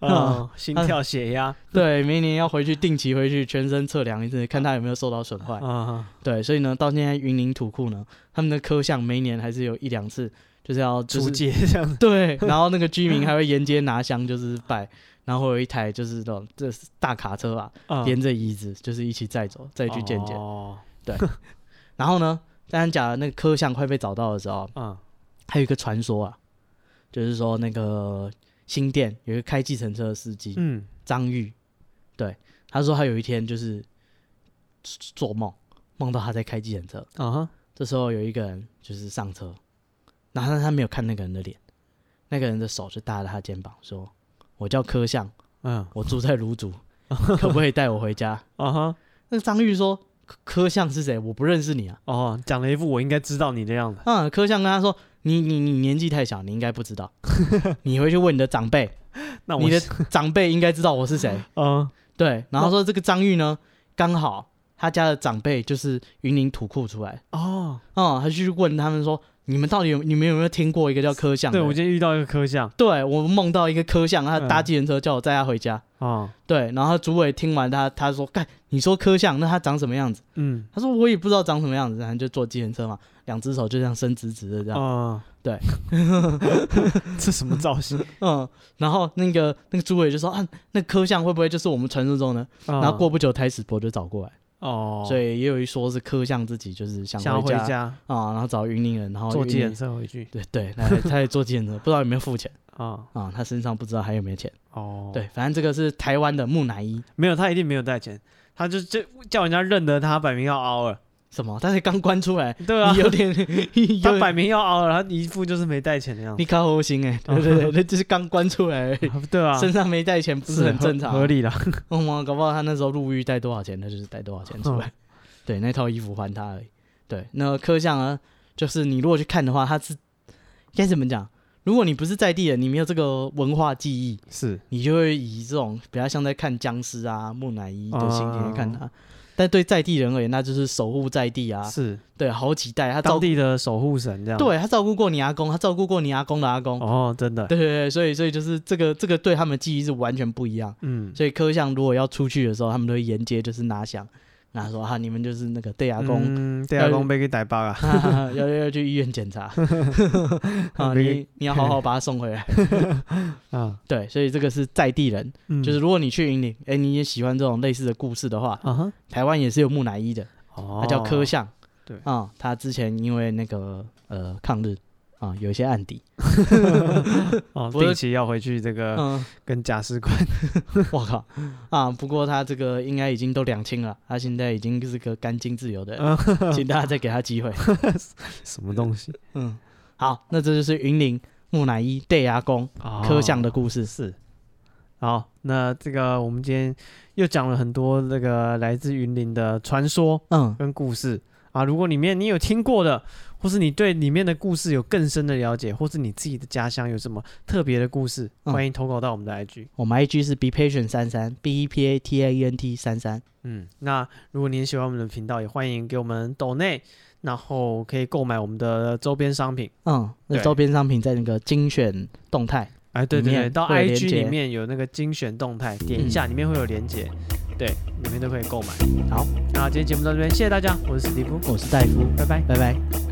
A: 啊，
B: 嗯
A: 心跳、血压
B: 对，每一年要回去定期回去全身测量一次，看它有没有受到损坏。
A: 啊，
B: 对，所以呢，到现在云林土库呢，他们的科项每一年还是有一两次，就是要就
A: 竹
B: 是
A: 节这样子，
B: 对，然后那个居民还会沿街拿香，就是拜。然后会有一台就是那种这是大卡车吧，
A: 啊
B: 连着椅子就是一起载走，再去见检。
A: 哦，
B: 然后呢，刚刚讲的那个科项快被找到的时候，
A: 啊，
B: 还有一个传说啊，就是说那个新店有一个开计程车的司机、
A: 嗯，
B: 张玉，对，他说他有一天就是做梦，梦到他在开计程车，
A: 啊哈，
B: 这时候有一个人就是上车，然后他没有看那个人的脸，那个人的手就搭着他肩膀说：“我叫柯相，
A: 嗯，
B: 我住在卢竹，可不可以带我回家
A: 啊哈，？”
B: 那张玉说：“柯柯相是谁？我不认识你啊。
A: 哦，讲了一副我应该知道你的样子”，
B: 嗯，柯相跟他说：“你你你年纪太小，你应该不知道， 你回去问你的长辈。”
A: 那我
B: 你的长辈应该知道我是 谁。
A: 啊，
B: 对，然后说这个张玉呢，刚好他家的长辈就是云林土库出来，
A: 哦，
B: 哦、他就去问他们说，你们到底有你们有没有听过一个叫柯相的
A: 对
B: 人？
A: 我今天遇到一个科相
B: 对我梦到一个柯相，他搭
A: 嗯
B: 计程车叫我载他回家。
A: 啊，
B: 对，然后主委听完他，他说：“干，你说柯相，那他长什么样子
A: 嗯？”，
B: 他说：“我也不知道长什么样子。”然后就坐计程车嘛，两只手就这样伸直直的这样。
A: 嗯，
B: 对，
A: 这什么造型？
B: 嗯，然后那个那个朱伟就说啊，那科像会不会就是我们传说中的？
A: 然
B: 然后过不久台史博就找过来，
A: 啊哦，
B: 所以也有一说是科像自己就是想
A: 想要
B: 回
A: 回
B: 家
A: 家
B: 啊、然后找云林人，然后
A: 坐
B: 云
A: 计
B: 林
A: 程车回去
B: 对对，来他在做兼 职，不知道有没有付钱
A: 啊。
B: 啊、他身上不知道还有没有钱。
A: 哦，
B: 对，，反正这个是台湾的木乃伊，
A: 没有他一定没有带钱，他就就叫人家认得他，摆明要凹了。
B: 什么？但是刚关出来，
A: 对啊
B: 你，有点
A: 他
B: 有
A: 摆明要凹了，他一副就是没带钱的样子
B: 你。靠后心哎，对对对，那就是刚关出来而已，
A: 对啊，
B: 身上没带钱，不是很正常？
A: 合合理 啦。
B: 哦哇，搞不好他那时候入狱带多少钱，他就是带多少钱出来。对，那套衣服还他而已。对，那科像呢，就是你如果去看的话，他是该怎么讲？如果你不是在地人，你没有这个文化记忆，
A: 是，
B: 你就会以这种比较像在看僵尸啊、木乃伊的心情
A: 哦
B: 去看他。但对在地人而言，那就是守护在地啊，
A: 是
B: 对，好几代他照
A: 当
B: 顾，
A: 地的守护神这样。，
B: 对他照顾过你阿公，他照顾过你阿公的阿公，
A: 哦，真的，
B: 对对对，所以所以就是这个这个对他们记忆是完全不一样。
A: 嗯，
B: 所以科像如果要出去的时候，他们都会沿街就是拿响，拿说啊，你们就是那个对阿公，
A: 嗯，对阿公被给逮包啊，
B: 要要要去医院 检查啊，
A: 别
B: 你你要好好把他送回来。
A: 啊，
B: 对，所以这个是在地人，
A: 嗯
B: 就是如果你去云林，哎，你也喜欢这种类似的故事的话，
A: 啊哈，
B: 台湾也是有木乃伊的，
A: 哦，
B: 他叫科像。
A: 对
B: 啊，他之前因为那个呃抗日啊有一些案底，
A: 哦，
B: 不是
A: 定期要回去这个
B: 嗯，
A: 跟假尸馆
B: 我靠啊！不过他这个应该已经都两清了，他现在已经是个干净自由的人，请大家再给他机会。
A: 什么东西
B: 嗯，好，那这就是云林木乃伊对牙公
A: 啊
B: 科像的故事。
A: 是。好，那这个我们今天又讲了很多这个来自云林的传说
B: 嗯，
A: 跟故事啊。如果里面你有听过的，或是你对里面的故事有更深的了解，或是你自己的家乡有什么特别的故事，
B: 嗯
A: 欢迎投稿到我们的 IG。
B: 我们 IG 是 be patient 三三 b e p a t i e n t 三三。
A: 嗯，那如果您喜欢我们的频道，也欢迎给我们抖内，然后可以购买我们的周边商品。
B: 嗯，那
A: 对
B: 周边商品在那个精选动态。
A: 哎，对对
B: 里
A: 对，
B: 面
A: 到
B: 会有
A: IG
B: 连结
A: 里面有那个精选动态，点一
B: 嗯
A: 下，里面会有连接，对，里面都可以购买。
B: 好，
A: 那今天节目到这边，谢谢大家，我是史蒂夫，
B: 我是戴夫，
A: 拜拜。
B: 拜拜。